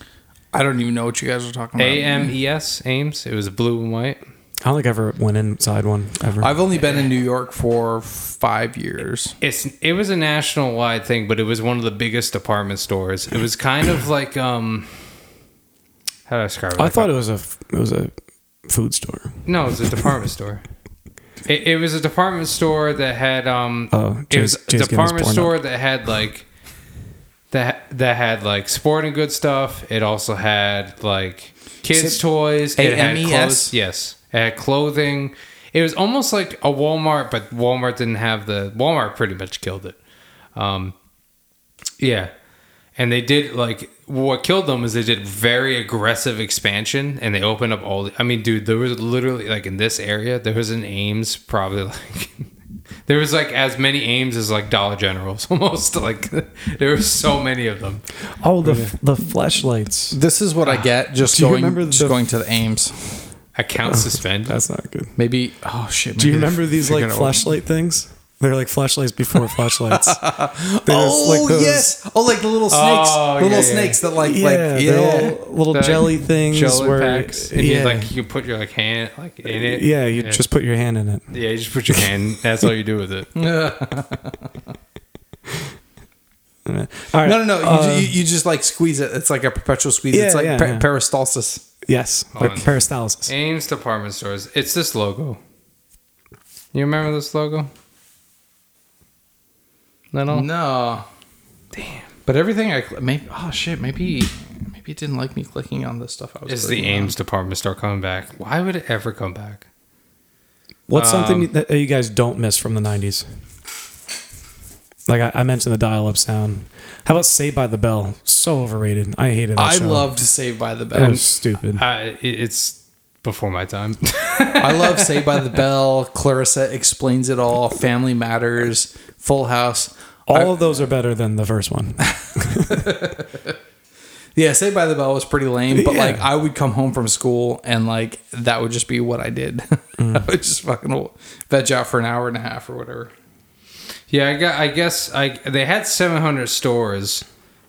I don't even know what you guys are talking about.
A M E S Ames. It was blue and white.
I don't think I ever went inside one ever.
I've only been in New York for five years.
It's it was a national wide thing, but it was one of the biggest department stores. It was kind of like um, how do I describe it?
I thought it was a f- it was a food store.
No, it was a department store. It, it was a department store that had um.
Oh,
it was
Jay's- Jay's
a
getting his
department
porn
store that had like that that had like sporting goods stuff. It also had like kids
Said
toys. It had
AMES?
clothes. Yes, it had clothing. It was almost like a Walmart, but Walmart didn't have the Walmart. Pretty much killed it. Um, yeah. And they did like what killed them is they did very aggressive expansion and they opened up all. I mean, dude, there was literally like in this area there was an Ames probably like there was like as many Ames as like Dollar Generals almost like there were so many of them.
Oh, the f the flashlights.
This is what I get just
Do you
going
remember
just
the-
going to the Ames.
Account
Oh.
suspended.
That's not good.
Maybe oh shit.
Do you
maybe they
remember these like
figured out what-
flashlight things? They're like flashlights before flashlights. There's
Oh
like those-
yes! Oh, like the little snakes,
Oh,
little
yeah, yeah.
snakes that like
Yeah,
like yeah.
they're all little
The
jelly things.
Gel
where,
packs. And
yeah,
you like you put your like hand like in it.
yeah, you just put your hand in it.
yeah, you just put your hand. That's all you do with it.
All right.
No, no, no. You,
Uh,
ju- you, you just like squeeze it. It's like a perpetual squeeze.
Yeah,
it's like
yeah,
per-
yeah.
peristalsis.
yes,
Hold
like
on.
peristalsis.
Ames department stores. It's this logo. You remember this logo? Little?
No, damn. But everything I cl- maybe oh shit maybe maybe it didn't like me clicking on the stuff I was.
Is the
clicking on.
Ames department store coming back? Why would it ever come back?
What's something
Um,
that you guys don't miss from the '90s? Like I, I mentioned, the dial-up sound. How about Saved by the Bell? So overrated. I hated. That
I
show.
loved Saved by the
That
Bell.
was stupid.
Uh, it, it's before my time.
I love Saved by the Bell. Clarissa explains it all. Family Matters. Full House.
All of those are better than the first one.
Yeah, Saved by the Bell was pretty lame, but
Yeah.
like I would come home from school and like that would just be what I did. I would just fucking veg out for an hour and a half or whatever.
yeah, I, gu- I guess I they had 700 stores,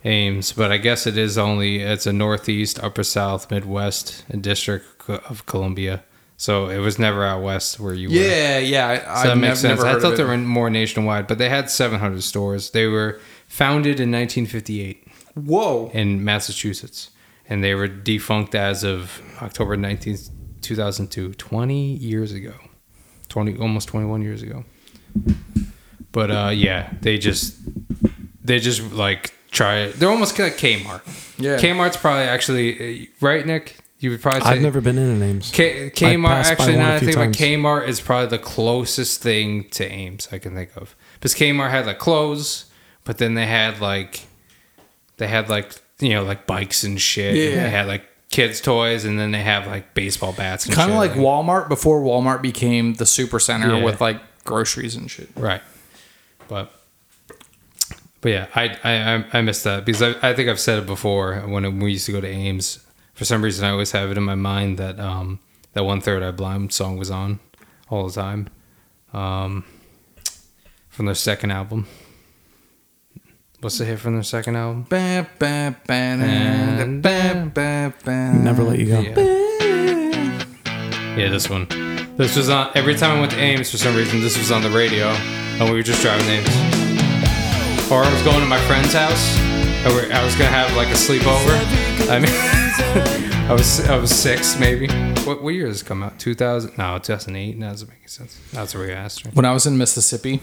Ames, but I guess it is only it's a Northeast, Upper South, Midwest, and District Co- of Columbia. So it was never out west where you were.
Yeah, yeah.
So
I,
that
I've
makes
nev-
sense.
never heard
I
of
thought
it.
they were more nationwide, but they had 700 stores. They were founded in 1958
Whoa.
in Massachusetts, and they were defunct as of October 19th, 2002, 20 years ago, 20 almost 21 years ago. But uh, yeah, they just they just like try it. They're almost like Kmart.
Yeah.
Kmart's probably actually uh, right, Nick. You would probably say
I've never been in an Ames.
K-
I
Kmart
passed by
actually
one
now
a
that I
few
think
times.
about Kmart is probably the closest thing to Ames I can think of because Kmart had like clothes, but then they had like they had like you know like bikes and shit. and
Yeah.
they had like kids toys, and then they have like baseball bats. and
Kind of
shit,
like Walmart before Walmart became the super center
Yeah.
with like groceries and shit.
right, but. But yeah, I I I- I miss that because I, I think I've said it before when we used to go to Ames. For some reason, I always have it in my mind that um that one third eye blind song was on all the time, um from their second album. What's the hit from their second album?
Ba, ba, ba, da, da, ba, ba, ba.
Never let you go.
Yeah. Yeah, this one. This was on every time I went to Ames for some reason. This was on the radio, and we were just driving to Ames. Or I was going to my friend's house. and we- I was gonna have like a sleepover. I mean, I was I was six maybe. What, what year does it come out? 2000? No, 2008. That doesn't make any sense. That's what we asked her.
when I was in Mississippi,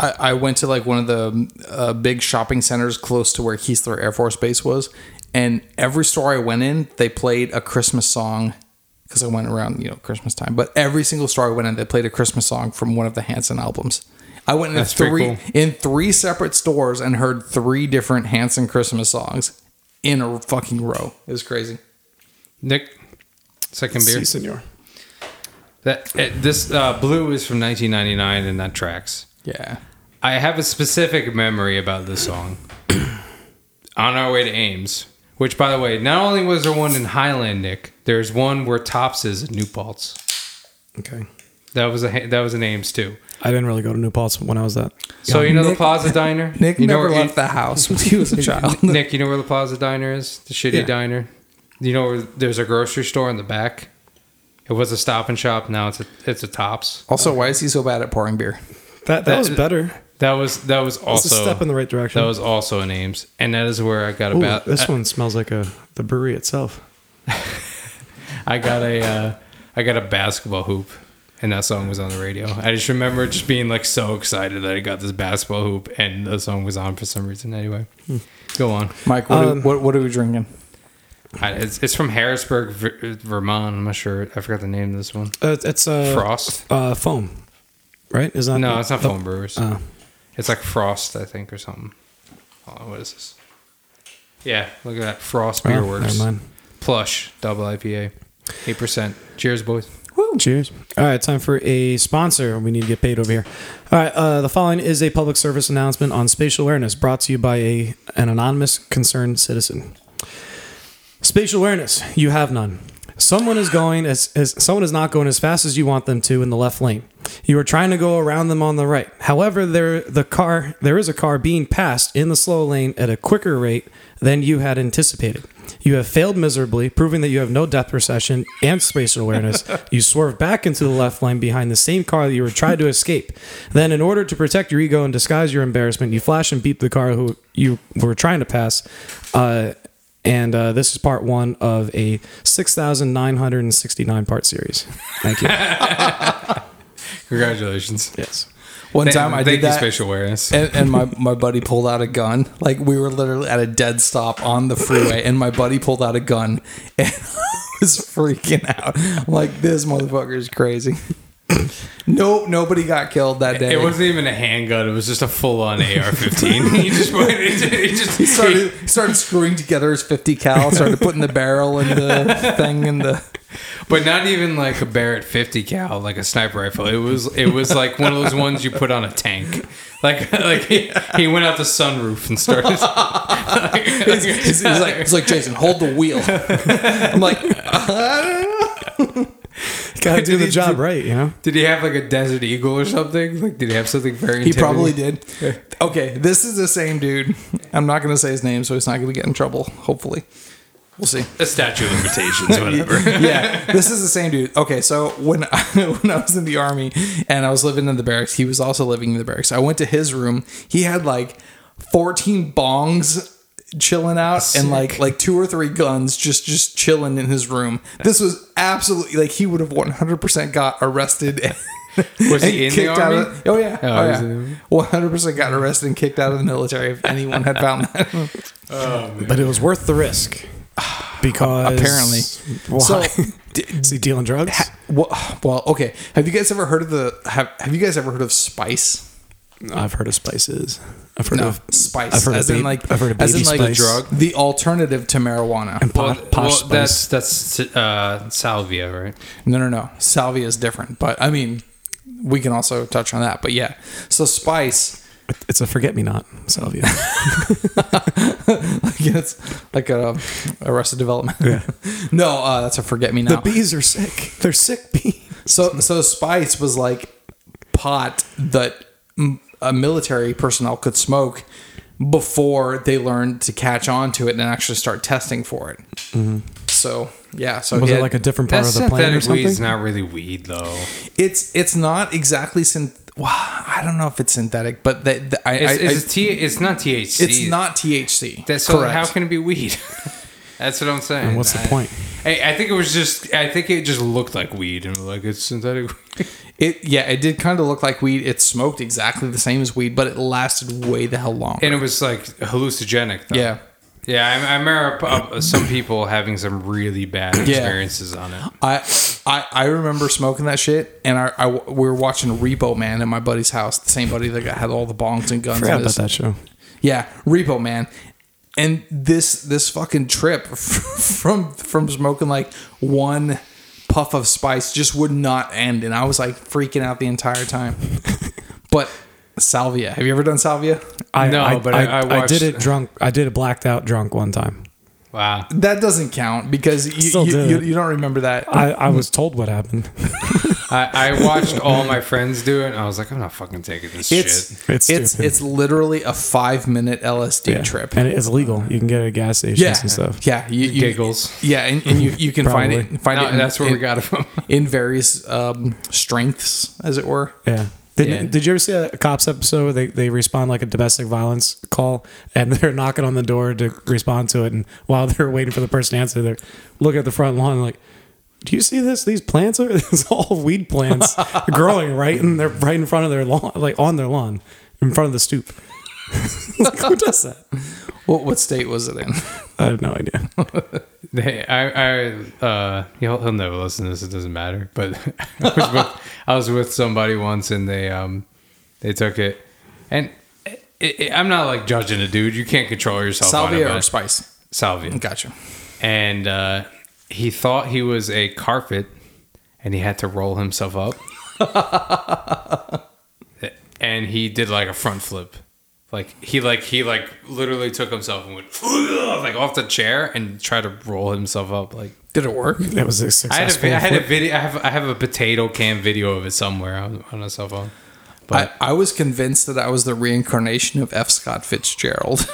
I, I went to like one of the uh, big shopping centers close to where Keesler Air Force Base was, and every store I went in, they played a Christmas song because I went around you know Christmas time. But every single store I went in, they played a Christmas song from one of the Hanson albums. I went in
That's pretty
three
cool.
in three separate stores and heard three different Hanson Christmas songs in a fucking row. It was crazy.
Nick, second beer.
Si, senor.
That eh, this uh, blue is from 1999, and that tracks.
Yeah.
I have a specific memory about this song. on our way to Ames, which, by the way, not only was there one in Highland, Nick, there's one where Tops is in New Paltz.
Okay.
That was a that was an Ames too.
I didn't really go to New Paltz when I was that.
So you know the
Nick-
Plaza Diner.
Nick
you know
never
where-
left the house when he was a child.
Nick, you know where the Plaza Diner is? The shitty
Yeah.
diner. You know where there's a grocery store in the back. It was a Stop and Shop. Now it's a it's a Tops.
Also, why is he so bad at pouring beer?
That that,
That-
was better.
That was that was
It's
also
a step in the right direction.
that was also an Ames, and that is where I got
Ooh,
about
this
I,
one smells like a the brewery itself.
I got a uh, I got a basketball hoop, and that song was on the radio. I just remember just being like so excited that I got this basketball hoop, and the song was on for some reason. Anyway,
Hmm.
go on.
Mike, what,
Um,
are, what, what are we drinking?
I, it's, it's from Harrisburg, Ver- Vermont. I'm not sure. I forgot the name of this one.
Uh, it's- it's uh,
Frost.
uh foam, right? Is that
No, it's not
the-
Foam Brewers.
oh.
It's like Frost, I think, or something. Hold on, what is this? Yeah, look at that. Frost
Oh,
Beer Works.
Never mind.
Plush, double IPA. 8%. Cheers, boys.
Cheers. All right, time for a sponsor. We need to get paid over here. All right, uh, the following is a public service announcement on spatial awareness brought to you by a, an anonymous concerned citizen. Spatial awareness, you have none. Someone is going as, as someone is not going as fast as you want them to in the left lane. You are trying to go around them on the right. However, there the car there is a car being passed in the slow lane at a quicker rate than you had anticipated. You have failed miserably, proving that you have no depth perception and spatial awareness. you swerve back into the left lane behind the same car that you were trying to escape. Then, in order to protect your ego and disguise your embarrassment, you flash and beep the car who you were trying to pass. Uh, and uh, this is part one of a 6,969 part series. Thank you.
Congratulations.
yes.
One
Thank-
time I
thank
did
you,
that,
Spatial Awareness.
and, and my, my buddy pulled out a gun. Like, we were literally at a dead stop on the freeway, and my buddy pulled out a gun, and I was freaking out. I'm like, this motherfucker is crazy. Nope, nobody got killed that day.
It wasn't even a handgun. It was just a full-on AR-15. he just pointed. He just
He started, he started screwing together his 50 cal, started putting the barrel in the thing in the.
But not even like a Barrett 50 cal, like a sniper rifle. It was it was like one of those ones you put on a tank. Like like he, he went out the sunroof and started.
He's, he's- he's like, he's like, Jason, hold the wheel. I'm like,
Gotta do
Did
the
he-
job right, you know?
Did he have like a desert eagle or something? Like did he have something very?
He
intimidating?
probably did. Okay, this is the same dude. I'm not going to say his name, so he's not going to get in trouble. Hopefully, we'll see.
a statue of limitations, whatever.
Yeah, this is the same dude. Okay, so when I, when I was in the army and I was living in the barracks, he was also living in the barracks. I went to his room. He had like 14 bongs chilling out and like like two or three guns just just chilling in his room. This was absolutely like he would have 100% got arrested.
Was
and
he in the
kicked out
army?
of the- oh yeah,
Oh,
oh,
he was in the
yeah,
army?
one hundred percent got arrested and kicked out of the military if anyone had found that.
But it was worth the risk because
Apparently.
Why?
So,
is he dealing drugs?
well, well, okay. Have you guys ever heard of the? Have Have you guys ever heard of spice?
I've heard of spices. I've heard
No,
of
spice.
I've heard
as
of
in
babe-
like,
I've heard of
as
baby
in like
spice.
drug, the alternative to marijuana.
and po-
Well, well,
posh
that's
spice.
that's uh, salvia, right?
No, no, no. Salvia is different, but I mean, we can also touch on that. But yeah, so spice.
It's a forget me not, Salvia.
Like it's like a Arrested Development. no, uh, that's a forget me
the
now.
bees are sick. They're sick bees.
So so spice was like pot that m- a military personnel could smoke before they learned to catch on to it and actually start testing for it. So yeah, so
Mm-hmm. Was
yeah,
it like a different part
That
of the plant or
synthetic weed's
something?
not really weed, though.
it's it's not exactly synth. Well, I don't know if it's synthetic, but they, th- I,
It's,
I,
it's,
I-
a T, it's not THC.
it's not THC.
That's so how can it be weed? That's what I'm saying.
And what's the
I-
point?
I, I think it was just. I think it just looked like weed, and like it's synthetic. weed.
it? Yeah, it did kind of look like weed. It smoked exactly the same as weed, but it lasted way the hell long.
and it was like hallucinogenic. Though.
yeah,
yeah. I, I remember uh, some people having some really bad experiences on it.
I, I I remember smoking that shit, and I, I- we were watching Repo Man at my buddy's house, the same buddy that got- had all the bongs and guns.
Forgot
in
about
his,
that show.
Yeah, Repo Man, and this this fucking trip from from smoking like one puff of spice just would not end, and I was like freaking out the entire time. but Salvia. Have you ever done Salvia?
I,
No, but I- I watched-
did it drunk. I did it blacked out drunk one time.
Wow.
That doesn't count because you,
Still
you,
did
you,
it.
you don't remember that.
I, I was told what happened.
I, I watched all my friends do it, and I was like, I'm not fucking taking this shit.
it's
It's
it's it's,
stupid.
literally a five minute LSD
Yeah.
trip.
and it's legal. You can get it at gas stations
yeah,
and stuff.
yeah, you, you,
Giggles.
Yeah, and, and you, you can find
Probably.
it find
No,
it. in-
that's where we
in-
got it from.
in various um, strengths, as it were.
Yeah. Did,
Yeah.
did you ever see a cops episode where they, they respond like a domestic violence call and they're knocking on the door to respond to it? And while they're waiting for the person to answer, they're looking at the front lawn like, do you see this? These plants are it's all weed plants growing right in their right in front of their lawn, like on their lawn, in front of the stoop. like, who does that?
What what state was it in?
I have no idea.
They, I, I, uh, he'll, he'll never listen to this. It doesn't matter. But I was with, I was with somebody once, and they, um, they took it, and it, it, I'm not like judging a dude. You can't control yourself. on it,
Salvia or
but-
spice?
Salvia.
Gotcha.
And uh, he thought he was a carpet, and he had to roll himself up. and he did like a front flip. Like he like he like literally took himself and went like off the chair and tried to roll himself up like
Did it work?
That was a
I had, a,
successful.
vi- I had a video. I have I have a potato can video of it somewhere on, on a cell phone.
I,
But
I was convinced that I was the reincarnation of F. Scott Fitzgerald.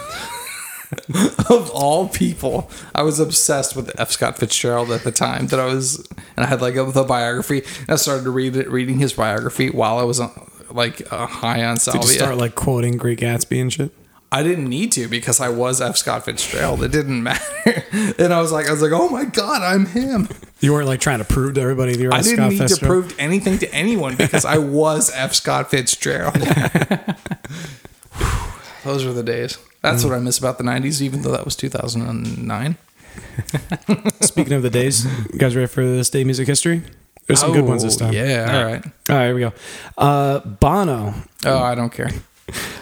of all people, I was obsessed with F. Scott Fitzgerald at the time. That I was, and I had like a, the biography. And I started to read it, reading his biography while I was on, like uh, high on
did
salvia.
you start like quoting Greek Gatsby and shit?
I didn't need to because I was F. Scott Fitzgerald. It didn't matter. and I was like, I was like, oh my god, I'm him.
You weren't like trying to prove to everybody that you're
I
a
didn't
Scott
need to
Fester.
prove anything to anyone because I was F. Scott Fitzgerald. Those were the days.
Mm.
That's what I miss about the '90s, even though that was 2009.
Speaking of the days, you guys ready for this day in music history? There's some good ones this time.
Oh, Yeah. All right.
All right, here we go. Uh, Bono.
Oh, I don't care.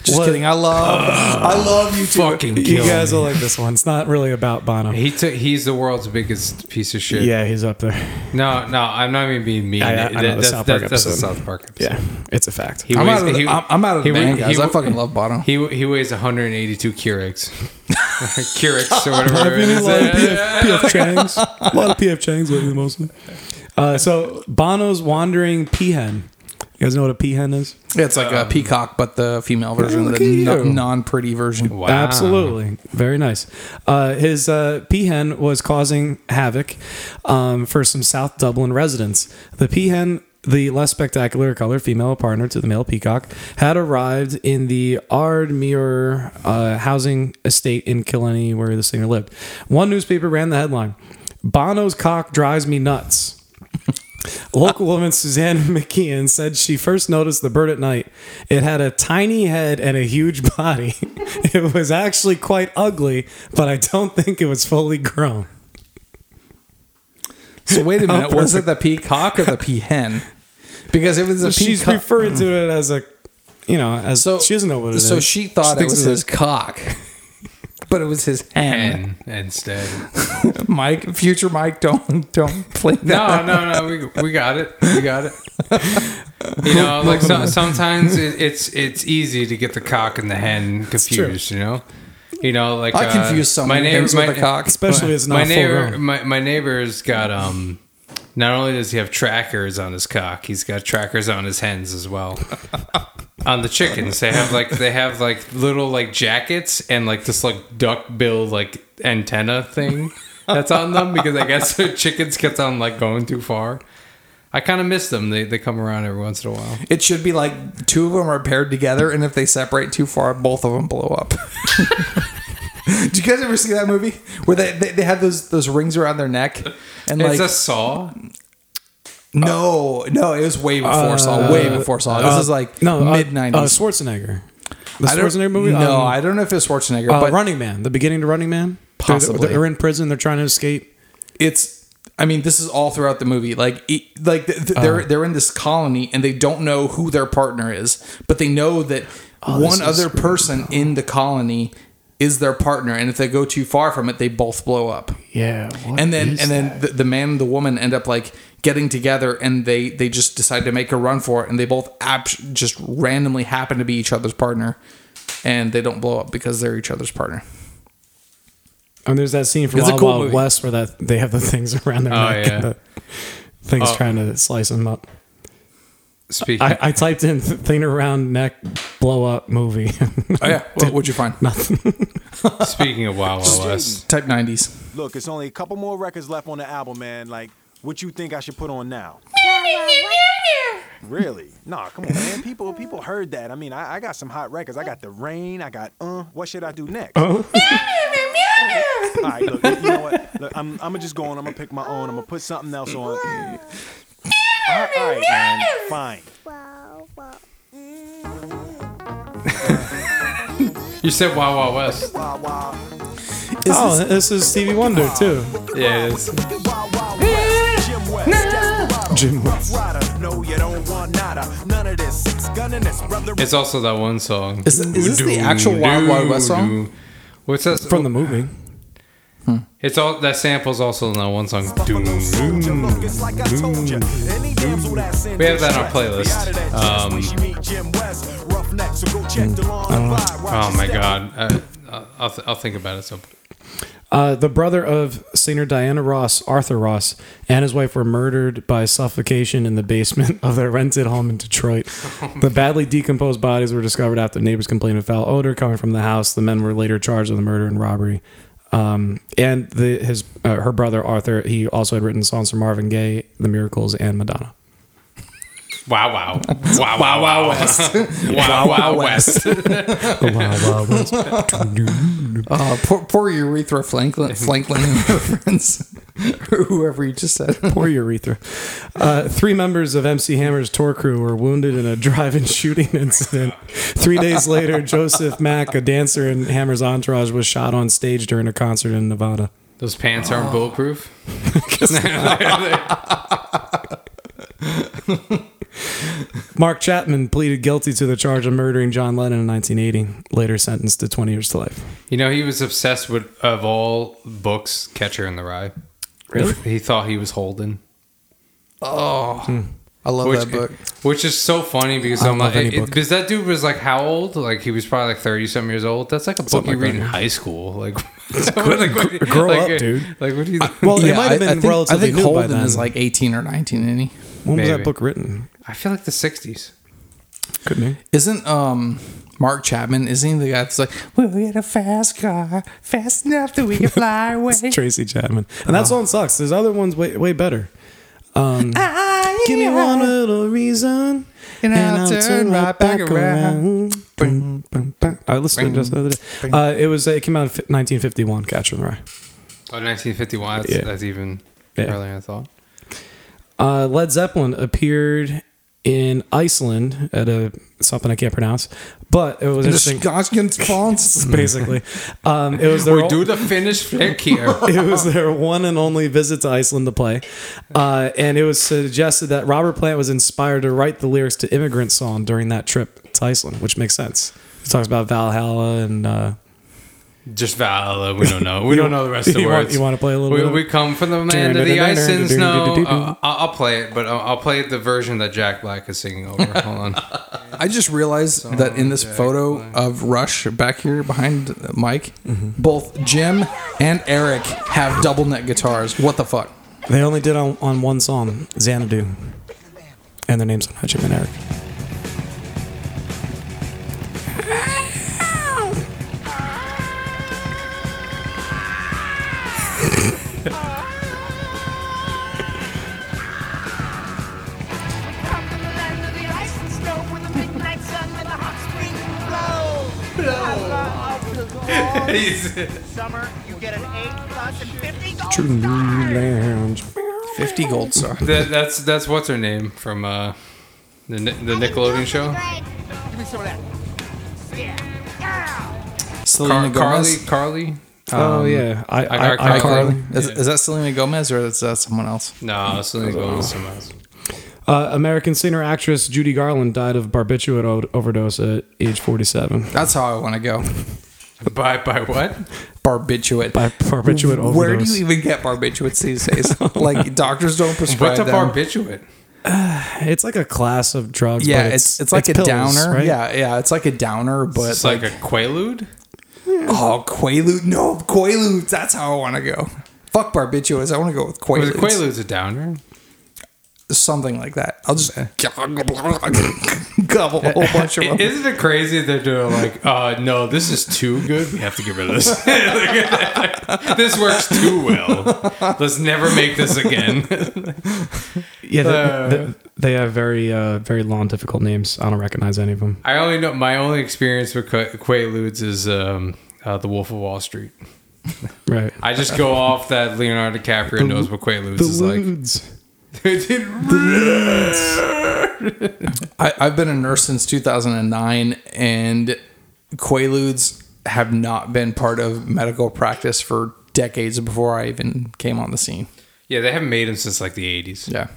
Just
What-
kidding. I love. I love you too.
fucking
You
kill
guys
me.
will like this one. It's not really about Bono.
He took. He's the world's biggest piece of shit.
yeah, he's up there.
No, no, I'm not even being mean.
I- I know the
that's,
South Park
that's, that's a
episode.
South Park episode.
Yeah, it's a fact.
He
I'm
weighs-
out of the,
he-
I'm, I'm out of the
he
band,
wa-
guys.
he
I
wa-
fucking love Bono.
He he weighs 182 Keurigs. Keurigs or whatever it
a lot of
is.
PF, PF Chang's. A lot of PF Chang's lately, mostly. Uh, so Bono's wandering peahen. You guys know what a peahen is?
It's like a peacock, but the female version,
Um, Look
the
at you.
n- non-pretty version.
Wow.
Absolutely. Very nice. Uh, his uh, peahen was causing havoc um, for some South Dublin residents. The peahen, the less spectacular color female partner to the male peacock, had arrived in the Ardmuir uh, housing estate in Killiney, where the singer lived. One newspaper ran the headline Bono's cock drives me nuts. Local woman Suzanne McKeon said she first noticed the bird at night. It had a tiny head and a huge body. It was actually quite ugly, but I don't think it was fully grown.
So wait a minute. was it the peacock or the peahen? Because if it was a
She's
peacock,
referring to it as a, you know, as
So
she doesn't know what it is.
So she thought it
thinks
was
it's a-
his cock, but it was his hand.
And instead,
Mike, future Mike, don't don't play that.
no, no, no, we we got it, we got it. You know, like so, sometimes it, it's it's easy to get the cock and the hen
true.
confused. You know, you know, like
I
uh,
confuse some
my neighbor,
things
my,
with a cock.
especially as
my
not full
neighbor,
grown.
my, my neighbor's got um. Not only does he have trackers on his cock, he's got trackers on his hens as well. on the chickens, they have like they have like little like jackets and like this like duck bill like antenna thing that's on them because I guess the chickens kept on like going too far. I kind of miss them. They they come around every once in a while.
It should be like two of them are paired together, and if they separate too far, both of them blow up. Did you guys ever see that movie where they they, they had those those rings around their neck? And like
it's a saw.
no, no, it was way before Saw, way before Saw. This
Uh,
is like
no, uh,
mid
Uh,
nineties.
Schwarzenegger. The
I don't-
Schwarzenegger movie?
No,
Um,
I don't know if it's Schwarzenegger,
uh,
but
Running Man. The beginning to Running Man. They're-
Possibly.
They're in prison. They're trying to escape.
it's I mean, this is all throughout the movie. Like, it, like th- th-
Uh-huh.
they're they're in this colony and they don't know who their partner is, but they know that one
Oh, this is
other person in the colony is their partner, and if they go too far from it, they both blow up.
Yeah.
and then and then the, the man and the woman end up like getting together and they they just decide to make a run for it and they both abs- just randomly happen to be each other's partner and they don't blow up because they're each other's partner.
And there's that scene from
It's a
Wild
cool
Wild
movie.
West where that they have the things around their
Oh,
neck
yeah.
and the things
Oh.
trying to slice them up.
Speaking.
I, I typed in th- thing around neck blow up movie.
Oh yeah, what would you find?
speaking of Wild Wild West,
Type 90s.
Look, it's only a couple more records left on the album, man. Like, what you think I should put on now? Really? Nah, come on, man. People, people heard that. I mean, I, I got some hot records. I got the rain. I got uh. What should I do next?
Oh.
All right, look, you know what? Look, I'm, I'm gonna just go on. I'm gonna pick my own. I'm gonna put something else on. All right, all right, man. Fine.
you said Wild Wild West.
oh, this is Stevie Wonder too.
Yeah, it is.
Wild, wild west, Jim West.
Jim West.
Rider, no, you don't want nada. None of this six gunning this brother.
It's also that one song.
Is, is this the actual Wild Wild West song?
What's that?
From the movie.
It's all that sample's also in that one song. Doom, doom.
We
have that on our playlist. Um, Oh my god. Uh, I'll- I'll, th- I'll think about it. So
Uh, the brother of singer Diana Ross, Arthur Ross, and his wife were murdered by suffocation in the basement of their rented home in Detroit. The badly decomposed bodies were discovered after neighbors complained of foul odor coming from the house. The men were later charged with the murder and robbery. Um, and the, his uh, her brother Arthur, he also had written songs for Marvin Gaye, The Miracles, and Madonna.
wow, wow, wow, wow, wow, West, wow, wow, West.
The Wild Wild West.
Uh, poor, poor Urethra Franklin, Franklin reference, or whoever you just said.
Poor urethra. Uh, three members of MC Hammer's tour crew were wounded in a drive-in shooting incident. Three days later, Joseph Mack, a dancer in Hammer's entourage, was shot on stage during a concert in Nevada.
Those pants aren't bulletproof.
Mark Chapman pleaded guilty to the charge of murdering John Lennon in 1980, later sentenced to 20 years to life.
You know, he was obsessed with of all books, Catcher in the Rye.
Really?
He thought he was Holden.
I love
Which,
that book.
which is so funny because
I
I'm
love
like,
any
it-
book.
because that dude was like how old? Like he was probably like thirty some years old. That's like a book
Something
you
like
read
that,
in
yeah.
high school. Like, like, what-
grow
like,
up,
uh,
dude.
Like what do you?
Well,
Yeah,
it might have
I-
been
I think,
relatively
I think
new
Holden
by then.
is like 18 or 19, isn't he?
when was
Maybe.
that book written?
I feel like the '60s.
Couldn't he?
Isn't um Mark Chapman? Isn't he the guy that's like, "We'll get a fast car, fast enough that we can fly away."
Tracy Chapman. And that song sucks. There's other ones way, way better. Give me one little reason,
And I'll turn right back around.
Boom, boom, boom. I listened to it just the other day. Uh, it was uh, it came out in fi- 1951. Catcher in the Rye.
Oh, 1951. That's,
Yeah.
that's even
Yeah.
earlier than I thought.
Uh, Led Zeppelin appeared in Iceland at a something I can't pronounce, but it was
The
interesting.
Scottian spawns.
Basically, um, it was their
We
o-
do the Finnish flick here.
it was their one and only visit to Iceland to play. Uh, and it was suggested that Robert Plant was inspired to write the lyrics to Immigrant Song during that trip to Iceland, which makes sense. He talks about Valhalla and uh,
Just Valhalla. We don't know. We don't know the rest of the
You want-
words.
you wanna play a little
we,
bit of-
We come from the land of the ice and snow.
Do-do-do-do-do-do-do.
Uh, I'll, I'll play it, but I'll, I'll play the version that Jack Black is singing over. Hold on.
I just realized that in this photo of Rush back here behind Mike, both Jim and Eric have double neck guitars. What the fuck?
they only did on, on one song, Xanadu. And their names on Jim and Eric.
Summer, you get an 8 plus and 50 gold
True
stars.
Lounge.
50 gold star.
That, that's that's what's her name from uh, the Ni- the Nickelodeon show.
Give me some of that. Yeah. Yeah.
Selena
Car- Carly
Gomez.
Carly.
oh, yeah. I, I,
I-
I-
I-
Carly.
Um, Is, is that Selena Gomez or is that someone else?
No, Selena
Oh.
Gomez. someone else.
Uh, American singer actress Judy Garland died of barbiturate o- overdose at age 47.
That's how I want to go.
By by what?
barbiturate.
By barbiturate overdose.
Where do you even get barbiturates these days? like doctors don't prescribe
What's a
them.
barbiturate?
It's like a class of drugs.
yeah,
but
it's, it's like a
pills,
downer.
right?
Yeah, yeah, it's like a downer, but
It's
like,
like, a Quaalude.
oh Quaalude, no Quaaludes. That's how I want to go. Fuck barbiturates. I want to go with
Was it
Quaaludes.
Quaalude's a downer?
Something like that. I'll just gobble a whole bunch of
I-
them.
Isn't it crazy that they're doing like, uh, no, this is too good. We have to get rid of this. Like, this works too well. Let's never make this again.
yeah.
Uh,
They, they, they have very, uh, very long, difficult names. I don't recognize any of them.
I only know my only experience with Qua- Quaaludes is um, uh, the Wolf of Wall Street.
Right.
I just go off that Leonardo DiCaprio knows what Quaaludes
The
is like.
Ludes.
I, I've been a nurse since 2009, and Quaaludes have not been part of medical practice for decades before I even came on the scene.
yeah, they haven't made him since like the eighties.
Yeah.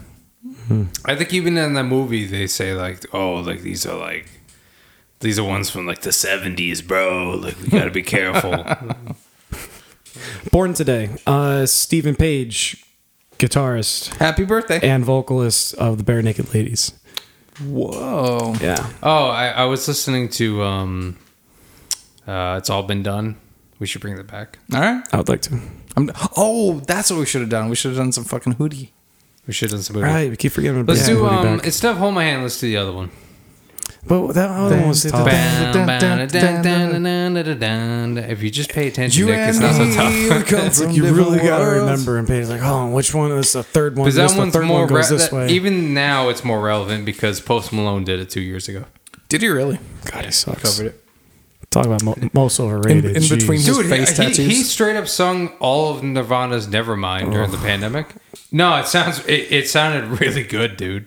I think even in the movie they say like, oh, like these are like these are ones from like the seventies, bro. Like we gotta be careful.
Born today, uh, Stephen Page, guitarist
Happy birthday.
and vocalist of the Bare Naked Ladies.
Whoa.
Yeah.
oh, I, I was listening to um, uh, it's all been done. We should bring that back.
All right.
I would like to.
I'm, oh, that's what we should have done. We should have done some fucking hoodie.
We should have done some movie.
Right. We keep forgetting about
Let's
Bad
do
Booty
um,
Back.
it's stuff. Hold my hand. Let's do the other one.
But that other one was tough.
If you just pay attention, Nick, it's not so tough.
It's like you really gotta remember and pay. Like, oh, which one is the third one?
Because
This,
that
the
one's
third
more
one goes
re-
this
that-
way.
Even now, it's more relevant because Post Malone did it two years ago.
Did he really?
God, he sucks.
Covered it.
Talk about mo- most overrated.
In- in between-
jeez.
His face
he,
tattoos.
he straight up sung all of Nirvana's "Nevermind" during the pandemic. No, it sounds it, it sounded really good, dude.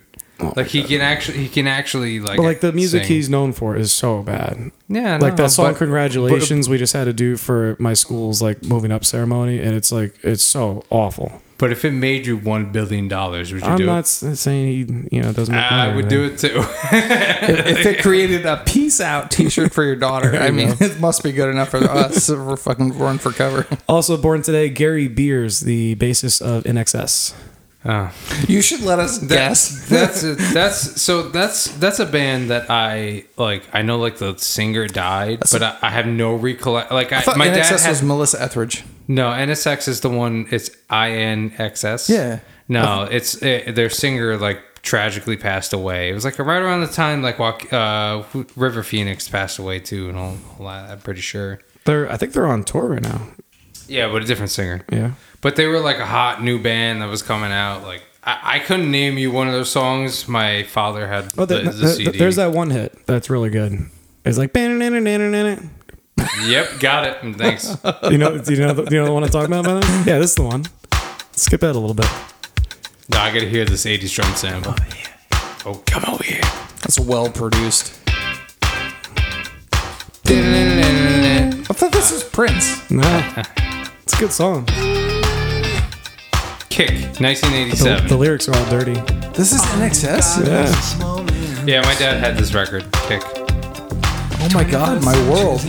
like he can actually he can actually like
but like the music
sing.
he's known for is so bad.
yeah
like
no,
that song
but-
"Congratulations" we just had to do for my school's like moving up ceremony, and it's like it's so awful.
But if it made you one billion dollars, would you
I'm
do
not
it?
s- saying he, you know, doesn't. Make
I would do it too.
if it created a peace out T-shirt for your daughter, I mean, it must be good enough for us. if We're fucking run for cover.
Also born today, Gary Beers, the bassist of NXS.
Oh.
You should let us guess.
that's a, that's so that's that's a band that I like. I know like the singer died, but I, I have no recollect. Like I,
I thought
my
NXS
dad has
was Melissa Etheridge.
no. NSX is the one. It's I N X S.
Yeah.
No, it's eh, their singer like tragically passed away. It was like right around the time like walk, uh, River Phoenix passed away too, and all, all that. I'm pretty sure.
They're, I think they're on tour right now.
Yeah, but a different singer.
Yeah.
But they were like a hot new band that was coming out. Like I, I couldn't name you one of their songs. My father had
Oh,
the, the,
the, the-
CD.
there's that one hit that's really good. It's like "Ba-na-na-na-na-na-na."
Yep, got it. And thanks.
you know, do you know, the, do you know the one I'm talking about? By then? Yeah, this is the one. Skip that a little bit.
now I gotta hear this '80s drum sample. Oh, come over here.
That's well produced. I thought this was Prince.
No, it's a good song. The,
Kick, 1987.
the lyrics are all dirty.
This is NXS.
Yeah,
yeah, my dad had this record. Kick.
Oh my god, my world.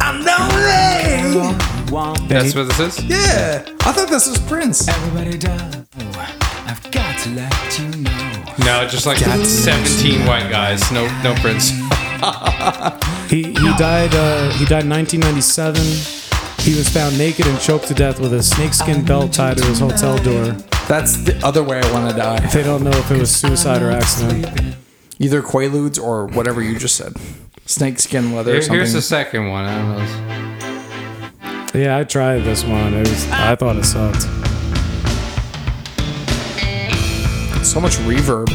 I'm lonely.
That's what this is.
Yeah, I thought this was Prince.
Everybody does. I've got to let you know.
No, just like 17 white guys. No, no Prince.
he he died. Uh, he died in 1997. He was found naked and choked to death with a snakeskin belt tied to his hotel door.
That's the other way I want to die.
They don't know if it was suicide or accident.
Either Quaaludes or whatever you just said. Snakeskin leather
Here-
or something.
here's the second one. I don't know.
Yeah, I tried this one. It was. I thought it sucked.
so much reverb.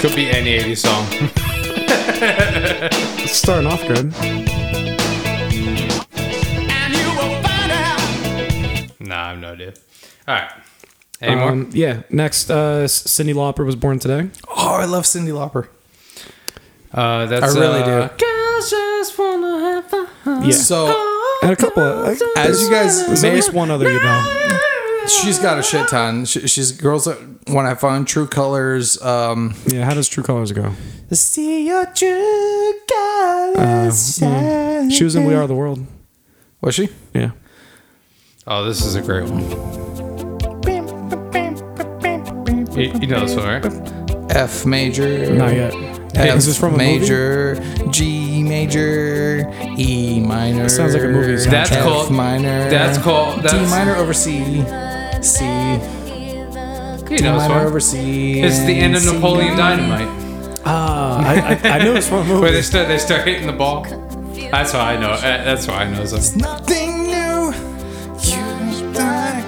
Could be any '80s song.
It's starting off good.
nah, I have no idea. All right. Any more?
Um, yeah. Next, uh, S- Cindy Lauper was born today.
Oh, I love Cindy Lauper.
Uh, that's
I really do.
Girls just wanna have fun.
Yeah.
So,
and a couple. Of,
as you guys
there's at
may,
least one other you know.
she's got a shit ton. She, she's girls that when I found True Colors. Um,
Yeah, how does True Colors go?
See your true
Uh,
colors. hmm.
yeah. She was in We Are the World.
Was she?
Yeah.
Oh, this is a great one. You, you know this one, right?
F major.
Not yet. Hey,
F
is this from a
major, G major, E minor.
sounds like a movie soundtrack.
That's
F
called-
minor.
that's called-
D
that's-
minor over C, C.
You
D
know this
minor
one.
over C.
It's the end of
and C.
Napoleon Dynamite.
Ah, I, I, I knew it's from a
Where
movie.
they start, they start hitting the ball. That's why I know. it. Uh, That's why I know this one.
Nothing new. You back.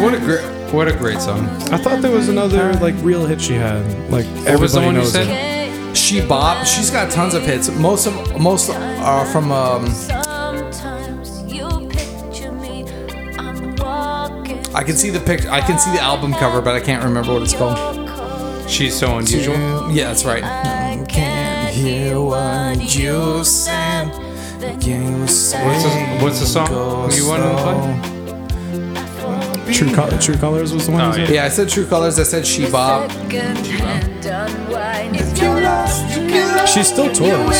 What a great, what a great song.
I thought there was another like real hit she had. Like
What was the
everybody
one you
knows
said?
it.
She bop. She's got tons of hits. Most of most are from um.
Sometimes you picture me. I'm walking.
I can see the picture. I can see the album cover, but I can't remember what it's called.
She's so unusual.
Yeah, that's right. I can't hear what you said. You
What's the, what's the song you wanted to play?
True, Col- True Colors was the one.
Oh,
you said?
yeah.
Yeah, I said True Colors. I said She Bop.
She still tours.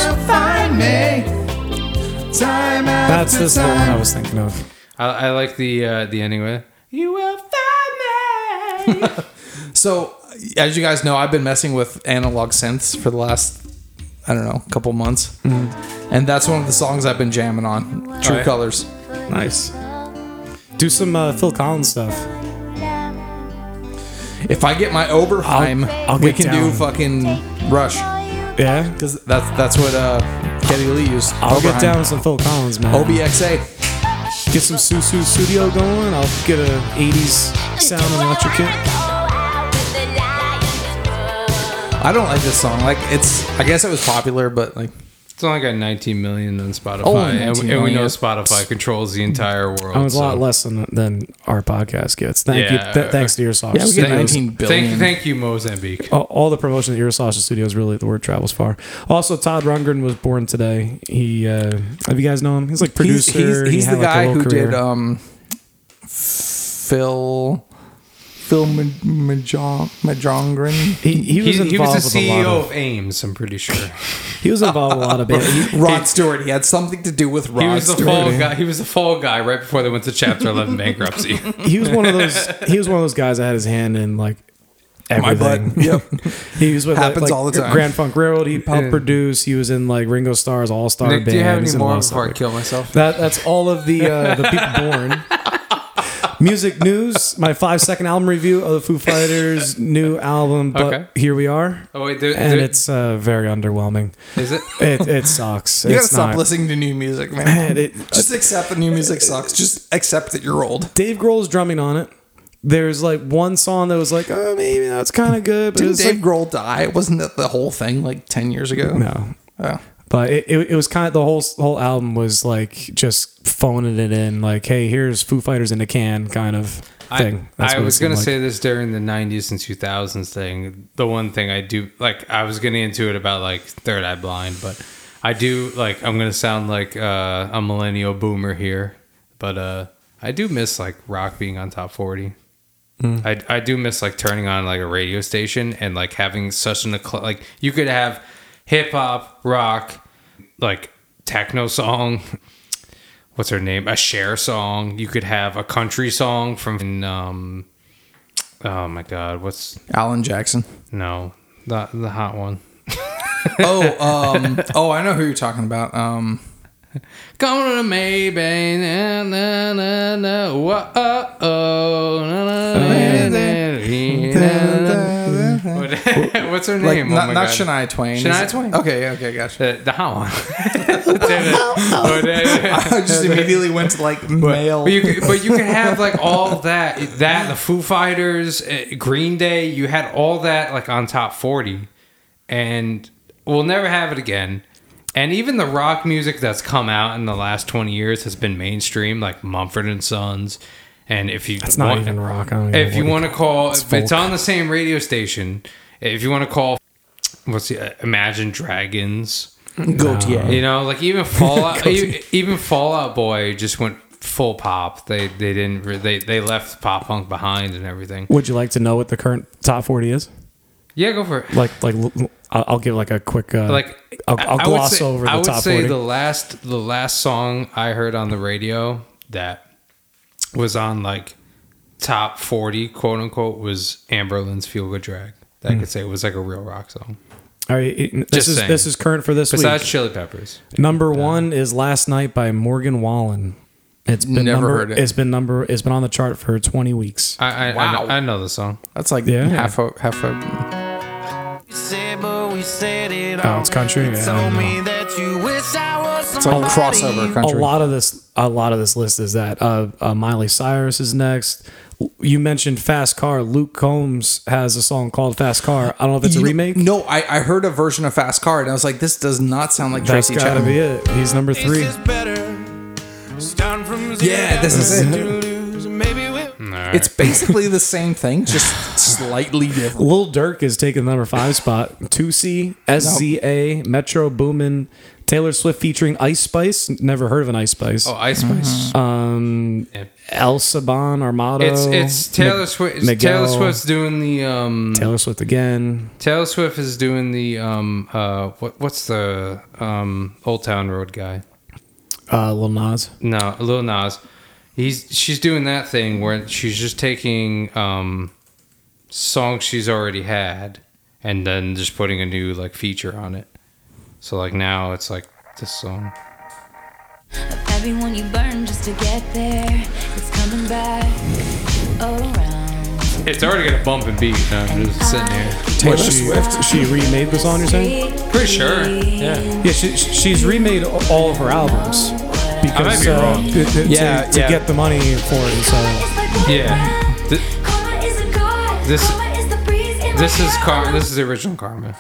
That's this is the one I was thinking of.
I, I like the uh, the ending with "You will find me."
So, as you guys know, I've been messing with analog synths for the last, I don't know, couple months, and that's one of the songs I've been jamming on. True
Alright.
Colors.
Nice. Do some uh, Phil Collins stuff.
If I get my Oberheim,
I'll
we
get
can do
down.
fucking Rush.
Yeah,
Because that's that's what uh, Geddy Lee used.
I'll get
Oberheim.
down with some Phil Collins, man.
OBXA.
Get some Susu Studio going. I'll get a '80s sound and electric kit.
I don't like this song. Like it's, I guess it was popular, but like
It's only got 19 million on Spotify,
Oh,
and,
19
and we know
million.
Spotify controls the entire world.
I was
so-
Oh, a lot less than, than our podcast gets. Thank
Yeah.
you. Th- thanks to your sauce.
Yeah, we get
Thank-
19 billion.
Thank, thank you, Mozambique.
all- all the promotion that your sausage studios really the word travels far also todd rundgren was born today he uh have you guys known him he's like
he's,
producer
he's,
he
he's
had,
the
like, a
guy
little
who
career.
did um, Phil Phil Ma- Majong Majongren.
he, he was E
He, he
involved
was the
with a
CEO
lot of,
of Ames, I'm pretty sure.
he was involved with a lot of bands
Rod Stewart. He had something to do with Rod
he was the
Stewart.
fall guy. He was the fall guy right before they went to Chapter 11 bankruptcy.
he was one of those he was one of those guys that had his hand in like
My butt.
everything
Yep.
he was with
Happens
like,
all the time.
grand funk railroad he helped produce he was in like ringo starr's all-star
Nick,
band
do you have
He's
any
in a lot
more
of stuff
before I
like
kill myself?
That that's all of the uh, the people born. Music news, my five second album review of the Foo Fighters new album, but
Okay.
here we are,
Oh wait, there,
and
there-
it's uh, very underwhelming.
is it?
It it sucks.
You gotta
it's
stop
not.
listening to new music,
Man,
man.
it-
Just accept that new music sucks. Just accept that you're old.
Dave Grohl's drumming on it. There's like one song that was like, oh, maybe that's kind of good, but
Didn't
it's
Dave
like,
Grohl die? Wasn't that the whole thing like ten years ago?
no.
Oh.
But it, it, it was kind of the whole whole album was like just phoning it in, like, hey, here's Foo Fighters in a can kind of thing. That's
I
what it
was
seemed
gonna
like.
say this during the '90s and 2000s thing. The one thing I do like, I was getting into it about like Third Eye Blind, but I do like. I'm gonna sound like uh, a millennial boomer here, but uh, I do miss like rock being on top 40.
Mm.
I, I do miss like turning on like a radio station and like having such an ecl- like you could have hip hop rock like techno song what's her name? A share song. You could have a country song from um oh my god, what's
Alan Jackson.
no, the the hot one.
Oh, um, oh, I know who you're talking about. Um,
Going to maybe na na na na whoa oh, oh, na, na, na, na, na, na. What- What's her
like
name?
not,
oh my
not
God.
Shania Twain.
Shania
Is it-
Twain.
Okay, yeah, okay, gotcha.
The, the hot one. Oh, that-
I just immediately went to like male.
But you, could, but you can have like all that, that the Foo Fighters, uh, Green Day. You had all that like on top forty, and we'll never have it again. And even the rock music that's come out in the last twenty years has been mainstream, like Mumford and Sons. And if you
That's not even rock. I don't even
if
know
you
what
want to call, it's,
folk.
on the same radio station. If you want to call, what's the uh, Imagine Dragons?
Gautier.
You know, like even Fallout, e- even Fallout Boy just went full pop. They they didn't re- they they left pop punk behind and everything.
Would you like to know what the current top forty is?
Yeah, go for it.
Like, like l- l- I'll I'll give like a quick uh,
Like
I'll,
I-
I'll
I would
gloss
say-
over the
I would
top
say
forty.
the last the last song I heard on the radio that was on like top forty quote unquote was Amberlin's Feel Good Drag. That
Hmm.
I could say was like a real rock song.
All right, it- this
Just
is
saying.
this is current for this
Besides
week.
Chili Peppers.
Number one is "Last Night" by Morgan Wallen. It's been
Never
number,
heard it.
has been number. It's been on the chart for twenty weeks.
I I, I, know, I know the song.
That's like
Yeah.
half a half a.
Oh, it's country. Yeah, I don't know.
It's like crossover
a
country.
lot of this. A lot of this list is that. Uh, uh, Miley Cyrus is next. You mentioned Fast Car. Luke Combs has a song called Fast Car. I don't know if it's
You
a
know-
remake.
No, I, I heard a version of Fast Car and I was like, this does not sound like
that's
Tracy
gotta
Chapman.
be it. He's number three.
Yeah, this is it. It's basically the same thing, just slightly different.
Lil Durk is taking the number five spot. Tusi, SZA, Metro Boomin, Taylor Swift featuring Ice Spice. Never heard of an Ice Spice.
Oh, Ice Spice.
Um,
Yeah.
El Saban Armado.
It's it's Taylor Swift. it's Taylor
Oh, Miguel.
Swift's doing the um.
Taylor Swift again.
Taylor Swift is doing the um. Uh, what what's the um Old Town Road guy?
Uh, Lil Nas.
No, Lil Nas. He's she's doing that thing where she's just taking um songs she's already had and then just putting a new like feature on it. So like now it's like this song.
Everyone you burn just to get there, it's coming back around.
It's already got a bump and beat. I'm just sitting here.
Taylor Swift. She remade the song. You're saying?
Pretty sure.
Yeah. Yeah. She, she- she's remade all of her albums because
I might be
uh,
wrong.
To, to-
Yeah,
to, to
yeah.
get the money for it. So
Yeah. Th- This-
This
This is Car- this is the original Karma.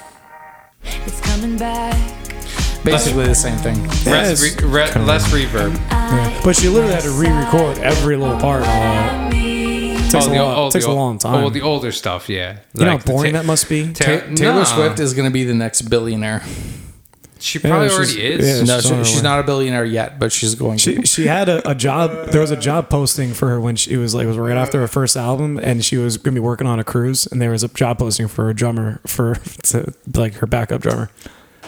It's coming back.
Basically the same thing.
Less,
Yes.
re- re- less reverb.
but she literally had to re-record every little part. Uh,
It's
takes, a, lot,
old-
takes a
old-
long time.
Oh, the older stuff, yeah.
you know
Like
how
the
boring
ta-
that must be.
ta-
Ta- Taylor
nah.
Swift is going to be the next billionaire.
She probably
Yeah,
already
she's-
is.
yeah,
No,
She's
she,
on her
she's
way.
not a billionaire yet, but she's going to.
She, she had a, a job. There was a job posting for her when she it was like it was right after her first album, and she was gonna be working on a cruise, and there was a job posting for a drummer for to, like her backup drummer.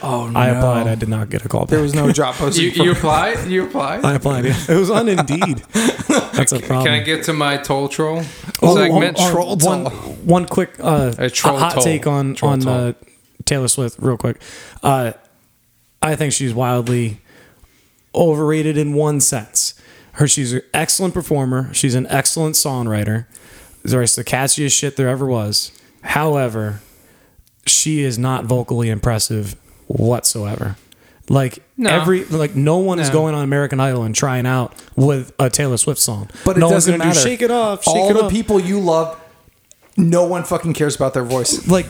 Oh no!
I applied. I did not get a call back.
there was no job posting.
You,
for-
you applied? You applied?
I applied. Yeah. It was on Indeed. That's a problem.
Can I get to my toll troll
Oh,
segment?
oh, oh, one, one quick uh,
A troll
hot
toll.
take on
Troll
on
toll.
uh, Taylor Swift, real quick. Uh, I think she's wildly overrated in one sense. Her, she's an excellent performer. She's an excellent songwriter. There's the catchiest shit there ever was. However, she is not vocally impressive whatsoever. Like
No.
every like no one is
No.
going on American Idol and trying out with a Taylor Swift song.
but it
no
doesn't
one's gonna
matter.
do shake it off, shake
All
it
the
off.
people you love, no one fucking cares about their voice.
like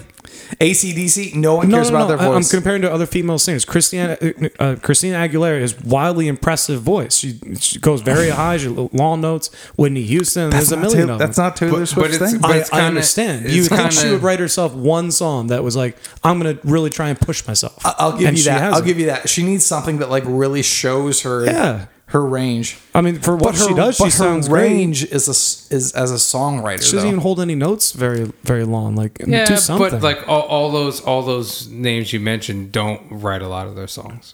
ACDC, no one
no,
cares
no,
about
no, I-
their
I'm
voice.
comparing to other female singers. Christina uh, uh, Christina Aguilera is wildly impressive voice. She, she goes very high, she long notes. Whitney Houston, there's a
not
million
Taylor-
of them.
that's not Taylor
But-
Swift's
but it's-
thing.
but
I, I
kinda-
understand.
it's
You would think
kinda-
she would write herself one song that was like, "I'm gonna really try and push myself."
I- I'll give
And
you
she
that.
hasn't.
I'll give you that. She needs something that like really shows her
Yeah.
her range.
I mean, for what
But her,
she does,
but
she
her
sounds great.
range is a s- is as a songwriter.
She doesn't
though.
even hold any notes very, very long. Like,
yeah,
do something.
but like all, all those all those names you mentioned don't write a lot of their songs.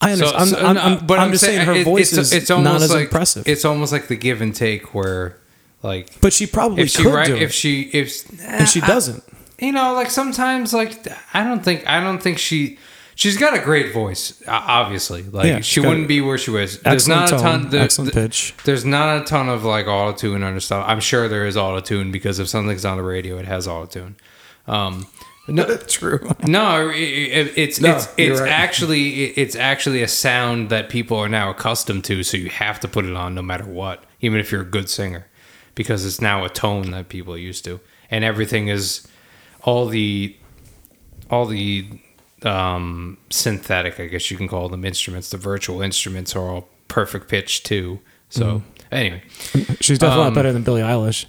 I understand.
So- so,
I'm,
no,
I'm, I'm,
but
I'm just saying, her
it-
voice is not as
like,
impressive.
It's almost like the give and take where, like,
but she probably
if she
could
write,
do it,
if she if
and she doesn't.
you know, like sometimes, like I don't think I don't think she she's got a great voice. o- Obviously, like
Yeah,
she
she's got
wouldn't
a-
be where she was. There's
excellent
not a
tone,
ton. There's,
excellent pitch.
There's not a ton of like auto tune and stuff. I'm sure there is auto tune because if something's on the radio, it has auto tune. Um, no,
True.
no, it, it, it's
No,
it's
you're
it's
right.
actually it- it's actually a sound that people are now accustomed to, so you have to put it on no matter what, even if you're a good singer, because it's now a tone that people are used to, and everything is all the all the um, synthetic, I guess you can call them instruments. The virtual instruments are all perfect pitch too. So
Mm-hmm.
anyway,
She's definitely
Um,
a lot better than Billie Eilish.
she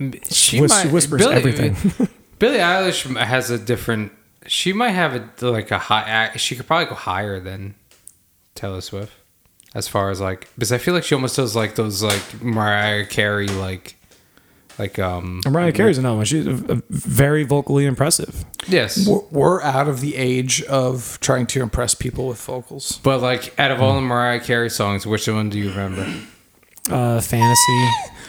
Whis- whispers everything.
Billie Eilish has a different She might have a, like a high. uh, She could probably go higher than Taylor Swift, as far as like because I feel like she almost does like those like Mariah Carey like like um
And Mariah Carey's another one. She's uh, very vocally impressive.
yes.
We're, we're out of the age of trying to impress people with vocals.
But like out of all the Mariah Carey songs, which one do you remember?
Uh, fantasy.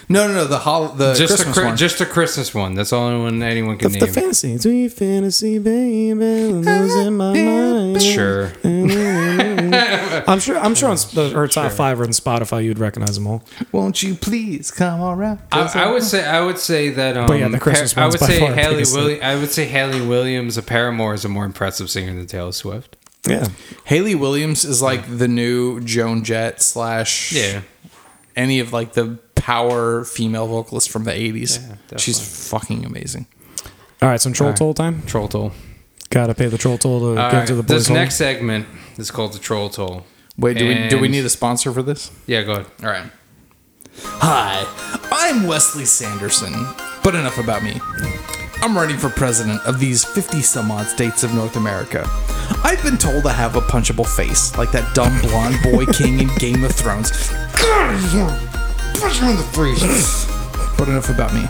No, no, no. The hol- the
just
Christmas
a Chri-
one.
just a Christmas one. That's the only one anyone
The,
can
the
name.
fantasy. Sweet fantasy, baby. Losing my mind.
sure.
I'm sure. I'm sure on s- the, her top five are on Spotify. You'd recognize them all.
Won't you please come around?
I, I would say I would say that. Um,
But yeah, the Christmas
I
one's
would
by
say
far the
Haley
biggest
Willi- I would say Haley Williams of Paramore is a more impressive singer than Taylor Swift.
Yeah.
Haley Williams is like the new Joan Jett slash
Yeah,
any of like the power female vocalists from the 80s.
definitely.
She's fucking amazing.
All right. Some troll
right.
toll time.
troll toll.
Gotta pay the troll toll to
All
get
right,
to the boys.
this
home.
next segment is called the troll toll.
Wait, do we do we
And-
need a sponsor for this?
Yeah, go ahead.
All right. Hi, I'm Wesley Sanderson. But enough about me. I'm running for president of these 50 some odd states of North America. I've been told I have a punchable face, like that dumb blonde boy king in Game of Thrones. God, I wanna punch him in the face. But enough about me.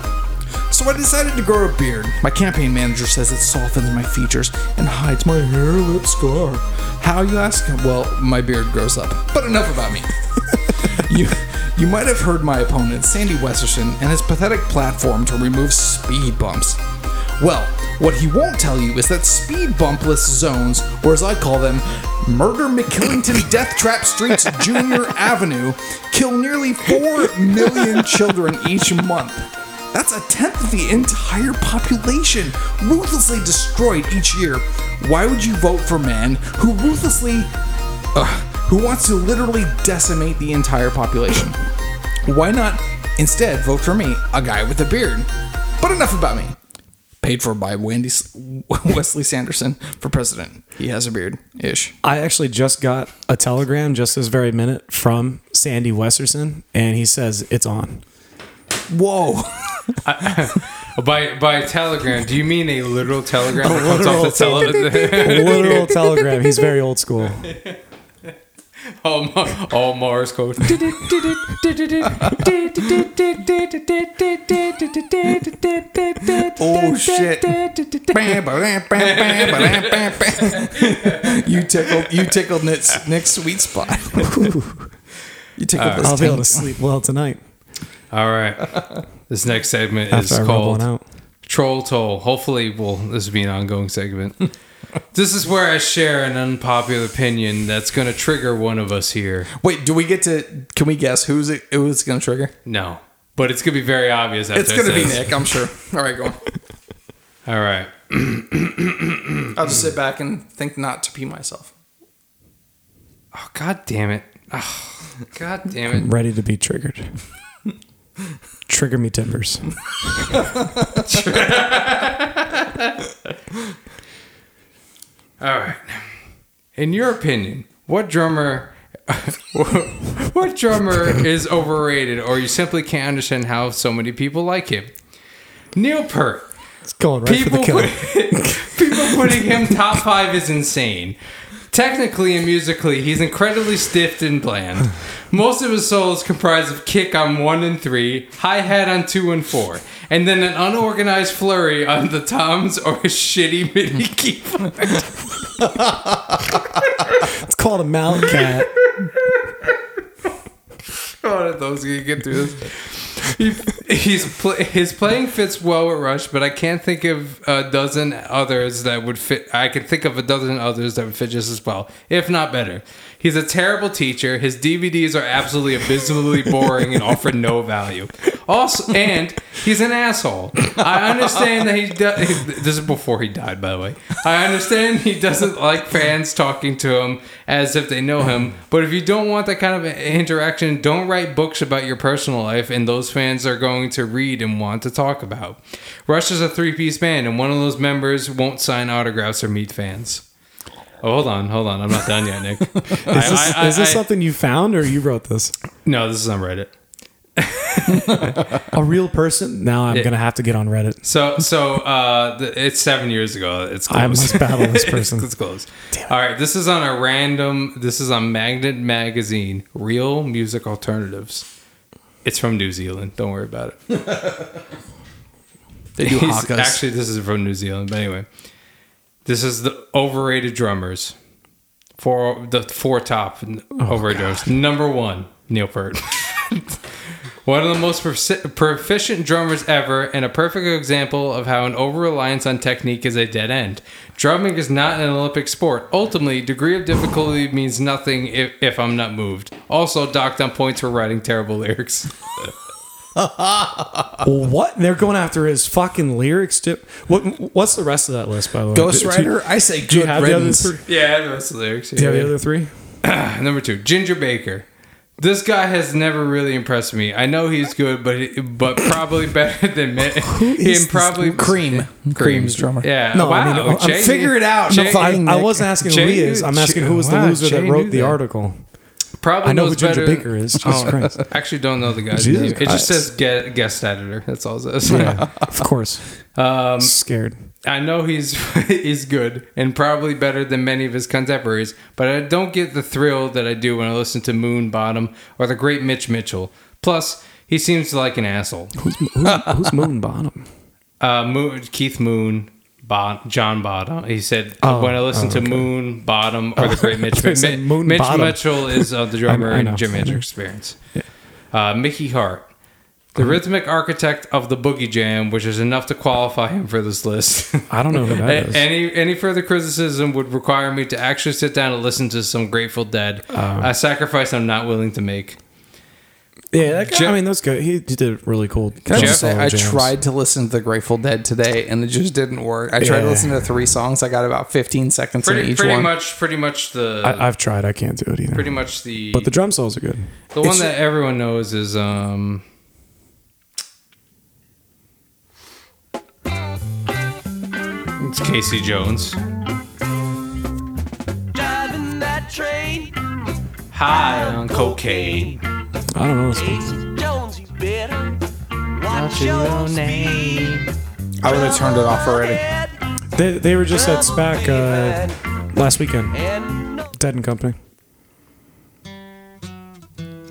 So I decided to grow a beard. My campaign manager says it softens my features and hides my hair lip scar. How, you ask? Well, my beard grows up. But enough about me you, you might have heard my opponent, Sandy Westerson, and his pathetic platform to remove speed bumps. Well, what he won't tell you is that speed bumpless zones, or as I call them, Murder McKillington Death Trap Streets Junior Avenue, kill nearly 4 million children each month. That's a tenth of the entire population, ruthlessly destroyed each year. Why would you vote for man who ruthlessly, uh, who wants to literally decimate the entire population? Why not instead vote for me, a guy with a beard? But enough about me. Paid for by Wendy S- Wesley Sanderson for president. He has a beard, ish.
I actually just got a telegram just this very minute from Sandy Westerson, and he says it's on.
Whoa!
By by telegram, do you mean a literal telegram that comes off the television?
Literal telegram. He's very old school.
all, Ma- all Mars code.
Oh shit! you tickled you tickled Nick's, Nick's sweet spot. you tickled this
Uh, I'll be able to
tank.
sleep well tonight
All right, this next segment is
after I rub
called
one out.
Troll Toll. Hopefully, well, this will be an ongoing segment. this is where I share an unpopular opinion that's going to trigger one of us here.
Wait, do we get to? Can we guess who's it? Who it's gonna trigger?
No, but it's going to be very obvious. After
It's gonna
I
be
say this.
Nick, I'm sure. All right, go on.
All right.
I'll just sit back and think not to pee myself.
Oh God damn it! Oh, God damn
Ready to be triggered. Trigger me timbers.
it! All right. In your opinion, what drummer? what drummer is overrated, or you simply can't understand how so many people like him? Neil Peart.
It's going right for
people
the killer.
put- people putting him top five is insane. Technically and musically, he's incredibly stiff and bland. Most of his soul is comprised of kick on one and three, hi hat on two and four, and then an unorganized flurry on the toms or a shitty MIDI keyboard.
It's called a mountain cat.
One of those you get through this. He, he's pl- his playing fits well with Rush, but I can't think of a dozen others that would fit. I can think of a dozen others that would fit just as well, if not better. He's a terrible teacher. His DVDs are absolutely abysmally boring and offer no value. Also, and he's an asshole. I understand that he. Do- this is before he died, by the way. I understand he doesn't like fans talking to him as if they know him. But if you don't want that kind of interaction, don't write books about your personal life, and those fans are going to read and want to talk about. Rush is a three-piece band, and one of those members won't sign autographs or meet fans. Oh, hold on, hold on. I'm not done yet, Nick.
Is this, is this something you found or you wrote this?
No, this is on Reddit.
a real person. Now I'm gonna have to get on Reddit.
So, so uh, th- it's seven years ago. It's close.
I must battle this
It's-
person.
it's, close. All right, this is on a random. This is on Magnet Magazine. Real music alternatives. It's from New Zealand. Don't worry about it.
They do
He's-
hakas.
Actually, this is from New Zealand. But anyway, this is the overrated drummers. Four the four top n-
Oh,
overrated drummers. Number one, Neil Peart. One of the most profi- proficient drummers ever, and a perfect example of how an over reliance on technique is a dead end. Drumming is not an Olympic sport. Ultimately, degree of difficulty means nothing if, if I'm not moved. Also, docked on points for writing terrible lyrics.
What they're going after is fucking lyrics. To, what what's the rest of that list by the way? Do- do-
Ghostwriter, I say
Do you
good
have the other
riddance.
three?
Yeah, the rest of the lyrics.
Do you have the other three?
Number two, Ginger Baker. This guy has never really impressed me. I know he's good, but but probably better than me. Who
is this Cream. Cream's drummer.
Yeah.
No, I
wow.
mean, I'm
Jay-
figure it out.
Jay-
I,
Fucking
I
Nick.
wasn't asking
Jay
who he
knew-
is. I'm asking who was the
wow,
loser
Jay
that wrote
knew
the
that.
article.
Probably
I know who
knows
Ginger
better- Oh.
Baker is. Jesus Christ.
I actually don't know the guy's
Jesus
name. It just
Christ.
says get, guest editor. That's all it says.
Yeah, of course. Um, Scared.
I know he's he's good and probably better than many of his contemporaries, but I don't get the thrill that I do when I listen to Moon Bottom or the great Mitch Mitchell. Plus, he seems like an asshole.
Who's, who's, who's Moon Bottom?
Uh, Moon, Keith Moon, bon, John Bottom. He said
Oh,
when I listen
oh,
to
okay. Oh,
Moon Bottom or the Great Mitch,
They said
Mi-
Moon
Mitch
Bottom.
Mitchell is uh, the drummer
I know.
in Jim Andrew Experience. Uh, Mickey Hart, the rhythmic architect of the boogie jam, which is enough to qualify him for this list.
I don't know who that is.
Any any further criticism would require me to actually sit down and listen to some Grateful Dead, a sacrifice I'm not willing to make.
yeah, that guy,
Jeff-
I mean, that's good. He, he did really cool.
Can I just
Jeff-
say, I
jams.
tried to listen to the Grateful Dead today, and it just didn't work. I tried to
Yeah.
listen to three songs. I got about 15 seconds in
Pretty
each
pretty
one.
much pretty much the
I, I've tried. I can't do it either.
pretty much the
but the drum solos are good.
The one
It's-
that everyone knows is um. It's Casey Jones.
Driving that train,
High on cocaine.
I don't know. This one.
Casey Jones, you better watch your name.
I would have turned it off already.
They, they were just at SPAC uh, last weekend.
and no
Dead and Company.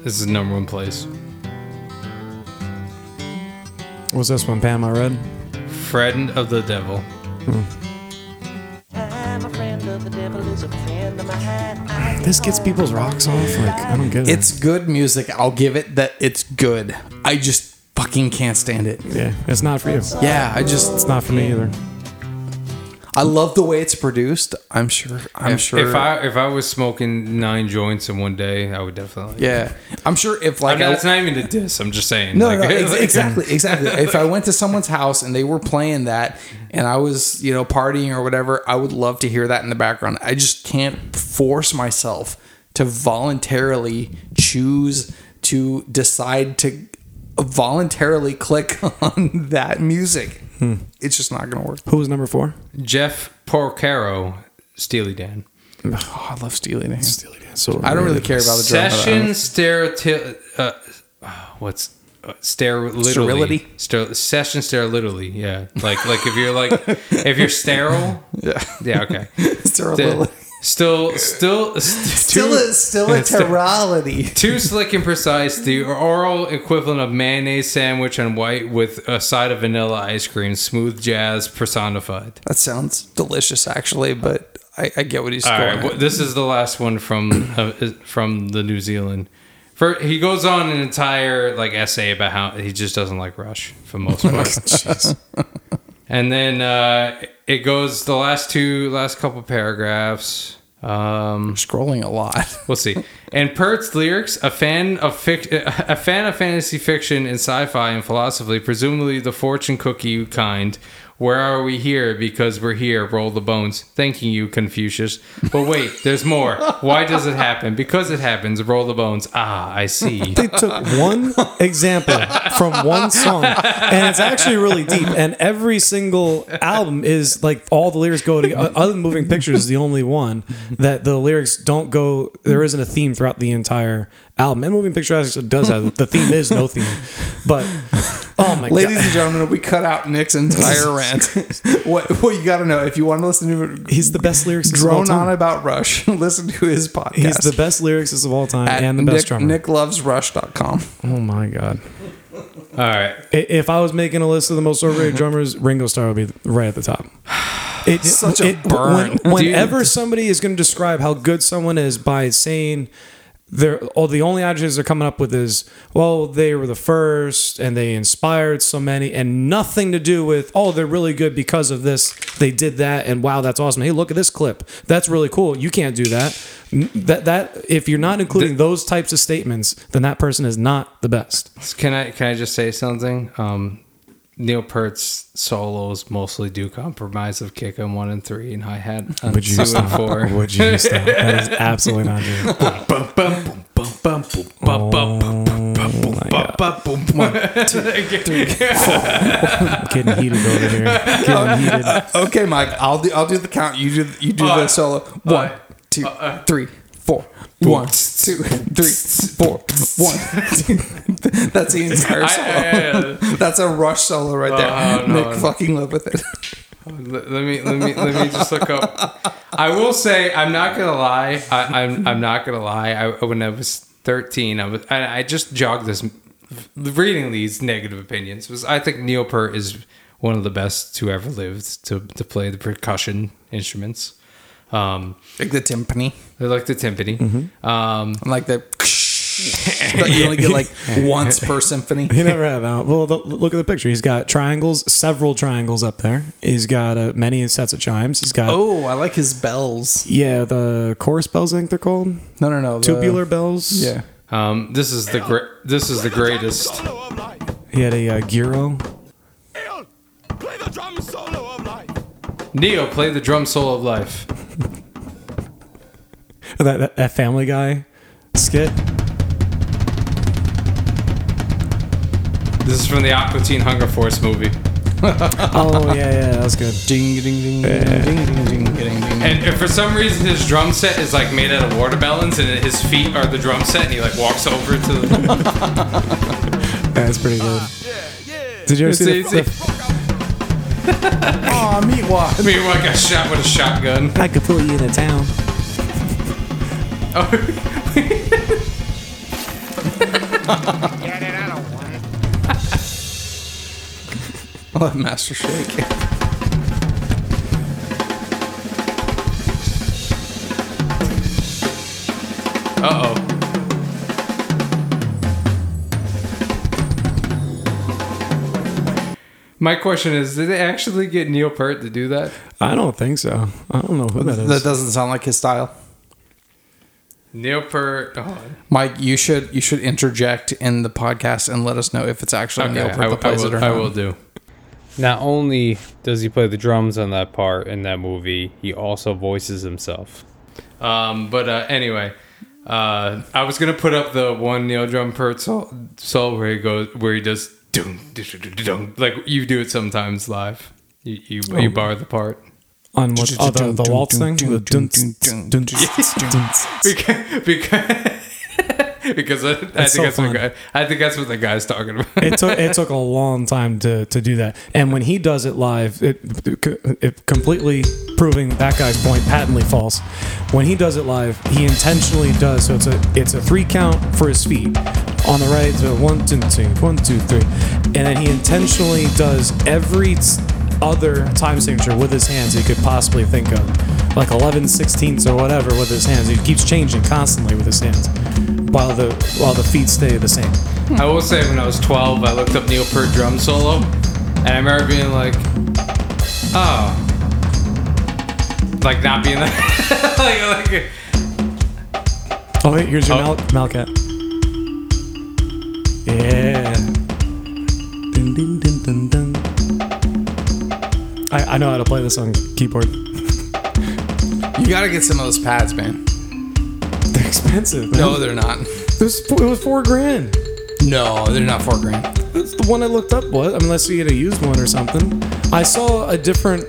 This is number one place.
What was this one? Pam, I read.
Friend of the devil.
time, a friend of the devil is a friend of mine. I
This gets people's rocks off. Like I don't get it.
It's good music. I'll give it that it's good. I just fucking can't stand it.
yeah, it's not for you. It's
Yeah, I just
not for me either.
I love the way it's produced. I'm sure. I'm sure.
If I if I was smoking nine joints in one day, I would definitely.
yeah, I'm sure if
I
like
mean,
I,
that's not even a diss. I'm just saying.
No,
like-
no, ex- exactly, exactly. if I went to someone's house and they were playing that, and I was, you know, partying or whatever, I would love to hear that in the background. I just can't force myself to voluntarily choose to decide to voluntarily click on that music. It's just not gonna work.
Who was number four?
Jeff Porcaro, Steely Dan.
Oh, I love Steely Dan.
Steely Dan. So
I don't really care about the drama.
Session stereotyp. Uh, what's uh, sterility?
Sterility?
Ster- session sterility. Yeah, like like if you're like if you're sterile. Yeah. Yeah. Okay.
Sterility.
Still, still, still,
Still, a, still a terality.
too slick and precise. The oral equivalent of mayonnaise sandwich on white with a side of vanilla ice cream. Smooth jazz personified.
That sounds delicious, actually, but I, I get what he's
All
going.
right, well, this is the last one from uh, from the New Zealand. For, he goes on an entire like essay about how he just doesn't like Rush for the most part. and then uh, it goes the last two last couple paragraphs. Um,
Scrolling a lot.
we'll see. And Pert's lyrics, a fan of fic- a fan of fantasy fiction and sci-fi and philosophy, presumably the fortune cookie kind, Where are we here? Because we're here. Roll the bones. Thanking you, Confucius. But wait, there's more. Why does it happen? Because it happens. Roll the bones. Ah, I see.
they took one example from one song and it's actually really deep and every single album is like all the lyrics go to uh, other than moving pictures is the only one that the lyrics don't go there isn't a theme throughout the entire album and moving picture actually does have the theme is no theme but oh my
Ladies
god
and gentlemen, we cut out Nick's entire rant. what, what you got to know if you want to listen to
he's the best lyricist of all
drone on
time
about Rush, listen to his podcast.
he's the best lyricist of all time
at
and the best
Nick,
drummer
nicklovesrush.com.
oh my god
All right.
I- if I was making a list of the most overrated drummers, Ringo Starr would be right at the top. It's
Such a burn.
when- whenever somebody is going to describe how good someone is by saying they're all the only adjectives they're coming up with is well they were the first and they inspired so many and nothing to do with oh they're really good because of this they did that and wow that's awesome hey look at this clip that's really cool you can't do that N- that that if you're not including those types of statements then that person is not the best
Can I can I just say something? Um, Neil Peart's solos mostly do compromise of kick on one and three and hi hat on
Would you
two
stop?
and four.
Would you stop? That is absolutely not true. Oh I'm getting heated over here. Getting heated.
Okay, Mike, I'll do I'll do the count. You do you do the solo. One,
Uh,
two, three, four. One, two, three, four. One. two. That's the entire
I- I-
solo. That's a Rush solo right there.
Oh, no,
Nick
no.
fucking live with it.
Let, let me let me let me just look up. I will say I'm not gonna lie. I, I'm I'm not gonna lie. I, when I was 13, I was I, I just jogged this reading these negative opinions. Was I think Neil Peart is one of the best who ever lived to to play the percussion instruments. Um,
Like the timpani.
they like the timpani.
And like the that you only get like once per symphony.
He never had that. Well, the, look at the picture. He's got triangles, several triangles up there. He's got uh, many sets of chimes. He's got
Oh, I like his bells.
yeah, the chorus bells. I think they're called
No, no, no. the-
tubular bells.
Yeah.
Um, this is the gre- this is the greatest.
he had a uh, gyro.
Neo play the drum solo of life.
That, that, that Family Guy skit.
This is from the Aqua Teen Hunger Force movie.
Oh yeah, yeah, that was good.
Ding ding ding ding ding ding ding ding ding.
And if for some reason his drum set is like made out of watermelons and his feet are the drum set and he like walks over to the
That's pretty good. Did you ever
It's
see the,
easy.
the,
Aw, meat wad.
I mean I got shot with a shotgun.
I could pull you into town.
I'll have Master Shake.
Uh oh. My question is, did they actually get Neil Peart to do that?
I don't think so. I don't know who that is.
That doesn't sound like his style.
Neil Peart. Oh,
Mike, you should you should interject in the podcast and let us know if it's actually
Okay,
Neil
I,
Peart that
I
plays
will,
it or
I
not.
will do. Not only does he play the drums on that part in that movie, he also voices himself. Um, but uh, anyway, uh, I was gonna put up the one Neil Drum Peart sol solo where he goes, where he does doom, dish, doo, doo, doo, like you do it sometimes live. You you, you
Oh.
bar the part
On what? Oh, the, the waltz thing. The dun- dun- dun- dun- dun-
because because, because I, I think that's
so
what
fun.
guy, I think that's what the guy's talking about.
It took it took a long time to to do that, and when he does it live, it, it completely proving that guy's point patently false. When he does it live, he intentionally does so. It's a it's a three count for his feet on the right. So one two three, one two three, and then he intentionally does every other time signature with his hands he could possibly think of, like 11 16ths or whatever with his hands. He keeps changing constantly with his hands, while the while the feet stay the same.
I will say, when I was 12, I looked up Neil Peart drum solo, and I remember being like, oh, like not being that, like, like,
Oh, wait, here's your
Oh.
Mal- Malcat. Yeah. Dun, dun, dun, dun, dun. I, I know how to play this on keyboard.
You gotta get some of those pads, man.
They're expensive. Man.
No, they're not.
it was, it was four grand.
No, they're not four grand.
That's the one I looked up was unless you get a used one or something. I saw a different,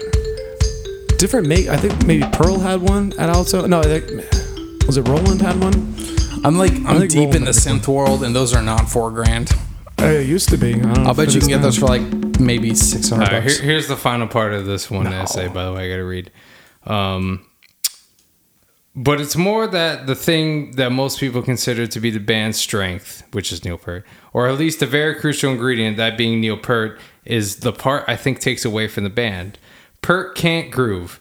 different make. I think maybe Pearl had one at Alto. No, I think was it Roland had one.
I'm like I'm
think
deep
Roland
in
might
the
be
synth world, and those are not four grand.
Uh, it used to be. I don't know
I'll
if
bet
it
you
is
can get
now.
those for like maybe six hundred
All right,
bucks.
here, here's the final part of this one essay, by the way, I got to read. Um, but it's more that the thing that most people consider to be the band's strength, which is Neil Peart, or at least a very crucial ingredient, that being Neil Peart, is the part I think takes away from the band. Peart can't groove.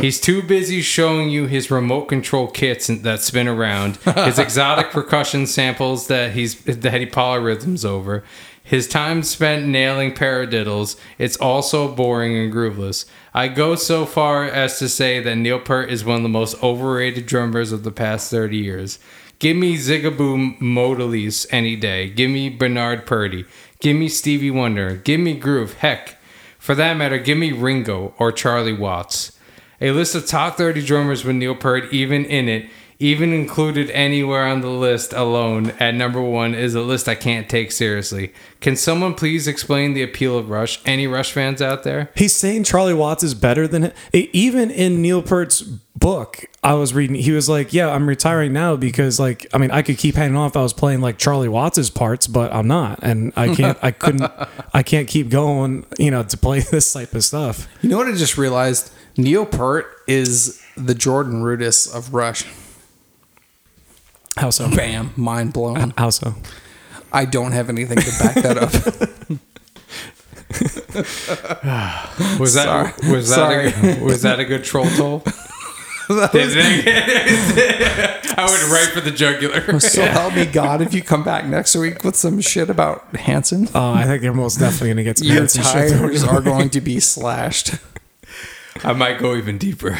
He's too busy showing you his remote control kits that spin around, his exotic percussion samples that he's that he polyrhythms over, his time spent nailing paradiddles. It's all so boring and grooveless. I go so far as to say that Neil Peart is one of the most overrated drummers of the past 30 years. Give me Zigaboo Modalise any day. Give me Bernard Purdy. Give me Stevie Wonder. Give me Groove. Heck, for that matter, give me Ringo or Charlie Watts. A list of top 30 drummers with Neil Peart even in it, even included anywhere on the list alone at number one, is a list I can't take seriously. Can someone please explain the appeal of Rush? Any Rush fans out there?
He's saying Charlie Watts is better than him. E, Even in Neil Peart's book, I was reading, he was like, Yeah, I'm retiring now because, like, I mean, I could keep hanging on if I was playing like Charlie Watts's parts, but I'm not. And I can't, I couldn't, I can't keep going, you know, to play this type of stuff.
You know what I just realized? Neil Peart is the Jordan Rudess of Rush.
How so?
Bam, mind blown.
How so?
I don't have anything to back that up.
Was that
Sorry.
was that a, was that a good troll toll? Did it- I went right for the jugular.
so help me God, if you come back next week with some shit about Hanson,
Oh, I think you're most definitely going to get some
your
Hanson shit thrown
tires
your
are
way.
going to be slashed.
I might go even deeper.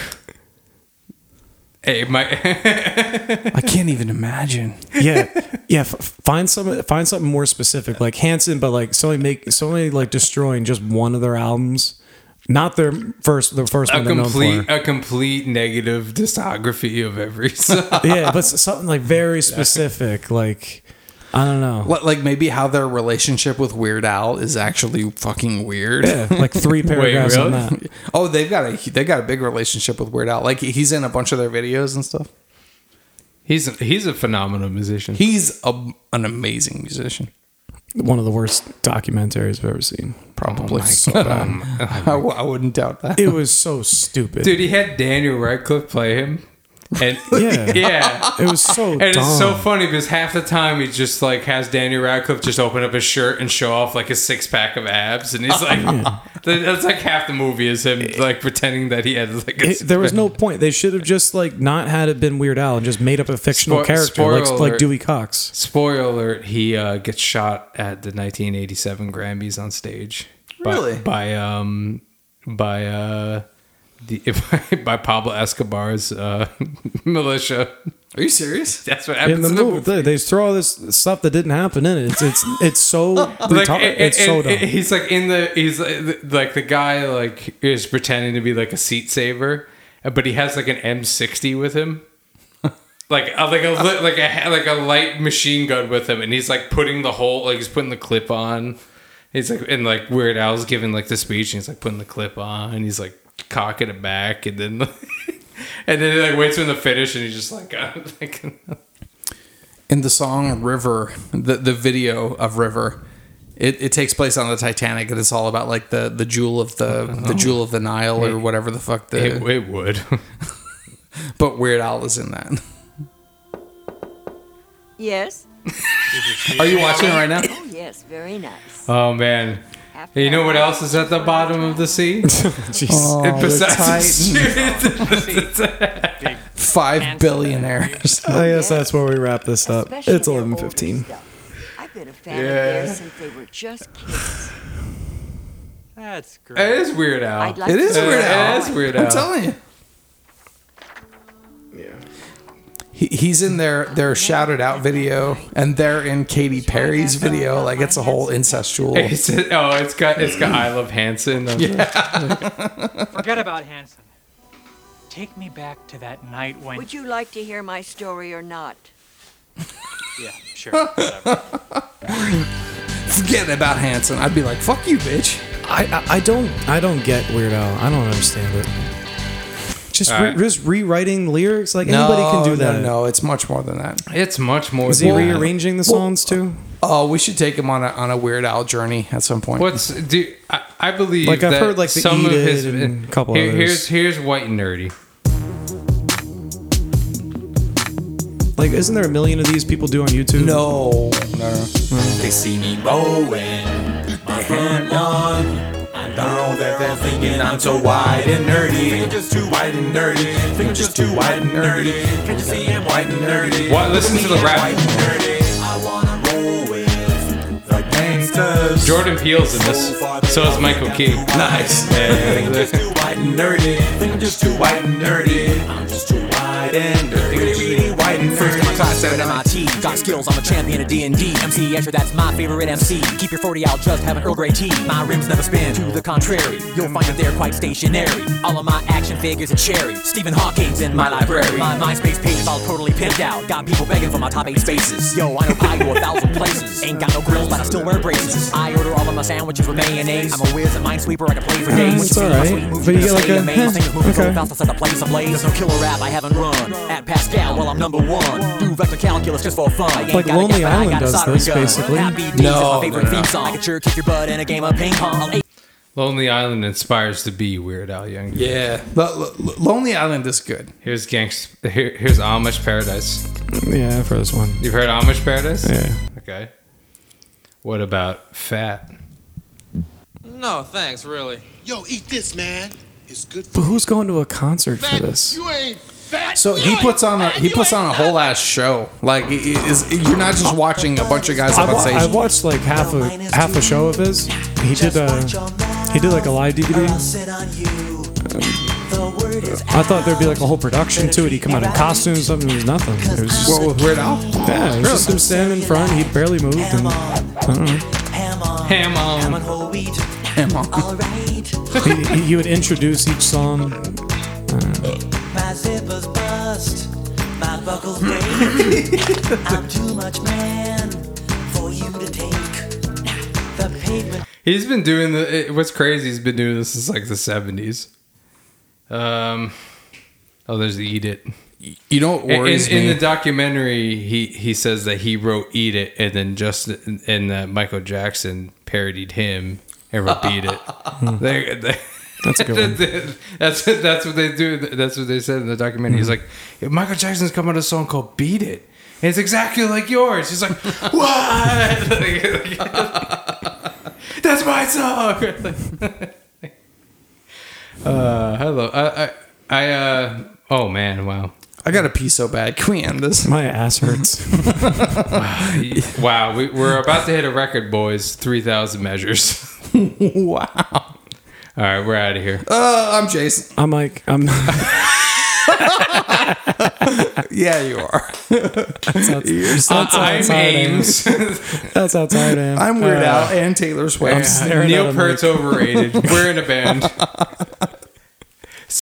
Hey, my
I can't even imagine.
yeah, yeah. F- find some, find something more specific, like Hanson, but like somebody make somebody like destroying just one of their albums, not their first, the first
a
one they're known for.
complete a complete negative discography of every song.
yeah, but s- something like very specific, like I don't know,
What, like maybe how their relationship with Weird Al is actually fucking weird.
like three paragraphs on
really?
that.
Oh, they've got a they got a big relationship with Weird Al. Like he's in a bunch of their videos and stuff.
He's a, he's a phenomenal musician.
He's a, an amazing musician.
One of the worst documentaries I've ever seen.
Oh Probably. I, w- I wouldn't doubt that.
It was so stupid,
Dude, he had Daniel Radcliffe play him, and
Yeah.
yeah.
It was so
And
dumb.
it's so funny because half the time he just like has Daniel Radcliffe just open up his shirt and show off like his six pack of abs, and
Oh,
he's like, that- that's like half the movie is him like pretending that he had like a
It- there was no point. They should have just like not had it been Weird Al and just made up a fictional
Spo-
character like,
spoiler
like
alert.
Dewey Cox.
Spoiler alert: He uh, gets shot at the 1987 Grammys on stage. By,
Really?
By um by uh the by Pablo Escobar's uh, militia.
Are you serious?
That's what
In
happens
the
in the
movie, they, they throw all this stuff that didn't happen in it. It's it's it's so
Like,
retar-
it-
it's
it-
so
it-
dumb.
he's like in the he's like the- like the guy like is pretending to be like a seat saver, but he has like an M60 with him. Like a, like a li- like a like a light machine gun with him, and he's like putting the whole like he's putting the clip on. He's like and like Weird Al's giving like the speech, and he's like putting the clip on, and he's like cocking it back, and then and then he like waits for the finish, and he's just like, like
In the song River, the, the video of River, it, it takes place on the Titanic and it's all about like the, the jewel of the the jewel of the Nile or whatever the fuck the
it, it would.
but Weird Al is in that.
Yes.
Are you watching it right now?
Oh, yes. Very nice.
Oh man.
After
You know
I
what
got
else is at the bottom of the sea?
Oh, Jeez.
And besides,
Five billionaires.
I guess that's where we wrap this up.
especially
it's
their
eleven
older
fifteen.
stuff. I've been a fan of theirs since they were just kids.
That's great.
it is Weird Al.
I'd like
It is
to
It
Weird Al.
is Weird
I'm
Al.
telling you. He, he's in their their shouted out video, and they're in Katy Perry's video. Like it's a whole incestual.
It's, oh, it's got it's got I love Hanson. on there.
Forget about Hanson. Take me back to that night when.
Would you like to hear my story or not?
Yeah, sure.
Forget about Hanson. I'd be like, fuck you, bitch.
I, I I don't I don't get Weird Al. I don't understand it. Just
All
re-
right.
just rewriting lyrics like anybody can do that.
No, no, it's much more than that.
It's much more.
Is he
than that.
rearranging the songs too?
Oh, we should take him on a on a Weird Al journey at some point.
What's do I, I believe
Like, I've
that
heard, like, the
some
Eat
of
It
his eh,
and a couple
here, here's
others.
here's white and nerdy.
Like, isn't there a million of these people do on YouTube?
No, no.
They see me rolling, my hand on. I know that they're thinking I'm so wide and nerdy. Think I'm just too wide and nerdy. Think I'm just too wide and nerdy. Can you see I'm white and nerdy?
What? Listen to the
I'm
rap.
white and nerdy. I wanna roll with the gangsters.
Jordan Peele's in this. So is Michael Keaton.
Nice. Think I'm just too white and nerdy. Think I'm just too white and nerdy. I'm just too wide and nerdy. Really, really white and
First
nerdy.
my class at MIT. Got skills, I'm a champion of D&D. MC Escher, that's my favorite MC. Keep your 40 out, just have an Earl Grey tea. My rims never spin, to the contrary. You'll find that they're quite stationary. All of my action figures are cherry. Stephen Hawking's in my library. My MySpace page is all totally pimped out. Got people begging for my top eight spaces. Yo, I know pie to a thousand places. Ain't got no grills, but I still wear braces. I order all of my sandwiches with mayonnaise. I'm a whiz and minesweeper, I can play for days.
it's alright. But you get like a, eh, okay.
Fast, I set the place ablaze. There's no killer rap I haven't run. At Pascal, well, I'm number one. Do vector calculus just for fun. I ain't
Like
got a
Lonely
gas, but I
Island
got a
does
soldering
this,
gun.
basically.
Happy D's is my
No,
favorite
no, no.
theme song. I could sure kick your butt in a game of ping pong. I'll ace
Lonely Island inspires to be Weird Al Young.
Yeah, Lo- Lo- Lonely Island is good.
Here's gangst. Here, here's Amish Paradise.
Yeah, for this one.
You've heard Amish Paradise?
Yeah.
Okay. What about Fat?
No, thanks, really.
Yo, eat this, man. It's good
But who's going to a concert for this?
You ain't fat.
So he puts on a he puts on a whole ass show. Like it is you're not just watching a bunch of guys
I,
up
wa-
on stage.
I watched like half a half a show of his. He did a he did like a live DVD.
it on you.
Um,
I thought there'd be like a whole production to it. He'd come out in costume, and something. It was nothing. It was just,
What, with Weird Al?
yeah, it was just him standing in front. He barely moved. And, I don't know.
Ham on.
whole wheat.
Him on.
All right.
he, he- he would introduce each song.
My zippers bust. My buckles break. I'm too much man for you to take. The pavement.
He's been doing the. It, what's crazy? He's been doing this since like the seventies. Um. Oh, there's the Eat It.
You know what
In,
worries
in- in
me?
the documentary, he he says that he wrote "Eat It" and then Justin and that Michael Jackson parodied him and wrote "Beat It." They- they-
That's a good one.
that's that's what they do. That's what they said in the documentary. He's like,
Mm-hmm.
Michael Jackson's come out a song called "Beat It." And it's exactly like yours. He's like, what? that's my song. uh, hello. I, I, I, uh, oh man, wow.
I got to pee so bad. Can we end this?
My ass hurts.
Wow, we, we're about to hit a record, boys. 3,000 measures.
wow.
All right, we're out of here.
Uh, I'm Jason.
I'm like I'm.
Yeah, you are. You're so-
Uh, I'm Ames.
That's how tired I am.
I'm Weird
Uh,
Al and Taylor Swift.
I'm staring at
Neil
him
Peart's overrated. We're in a band.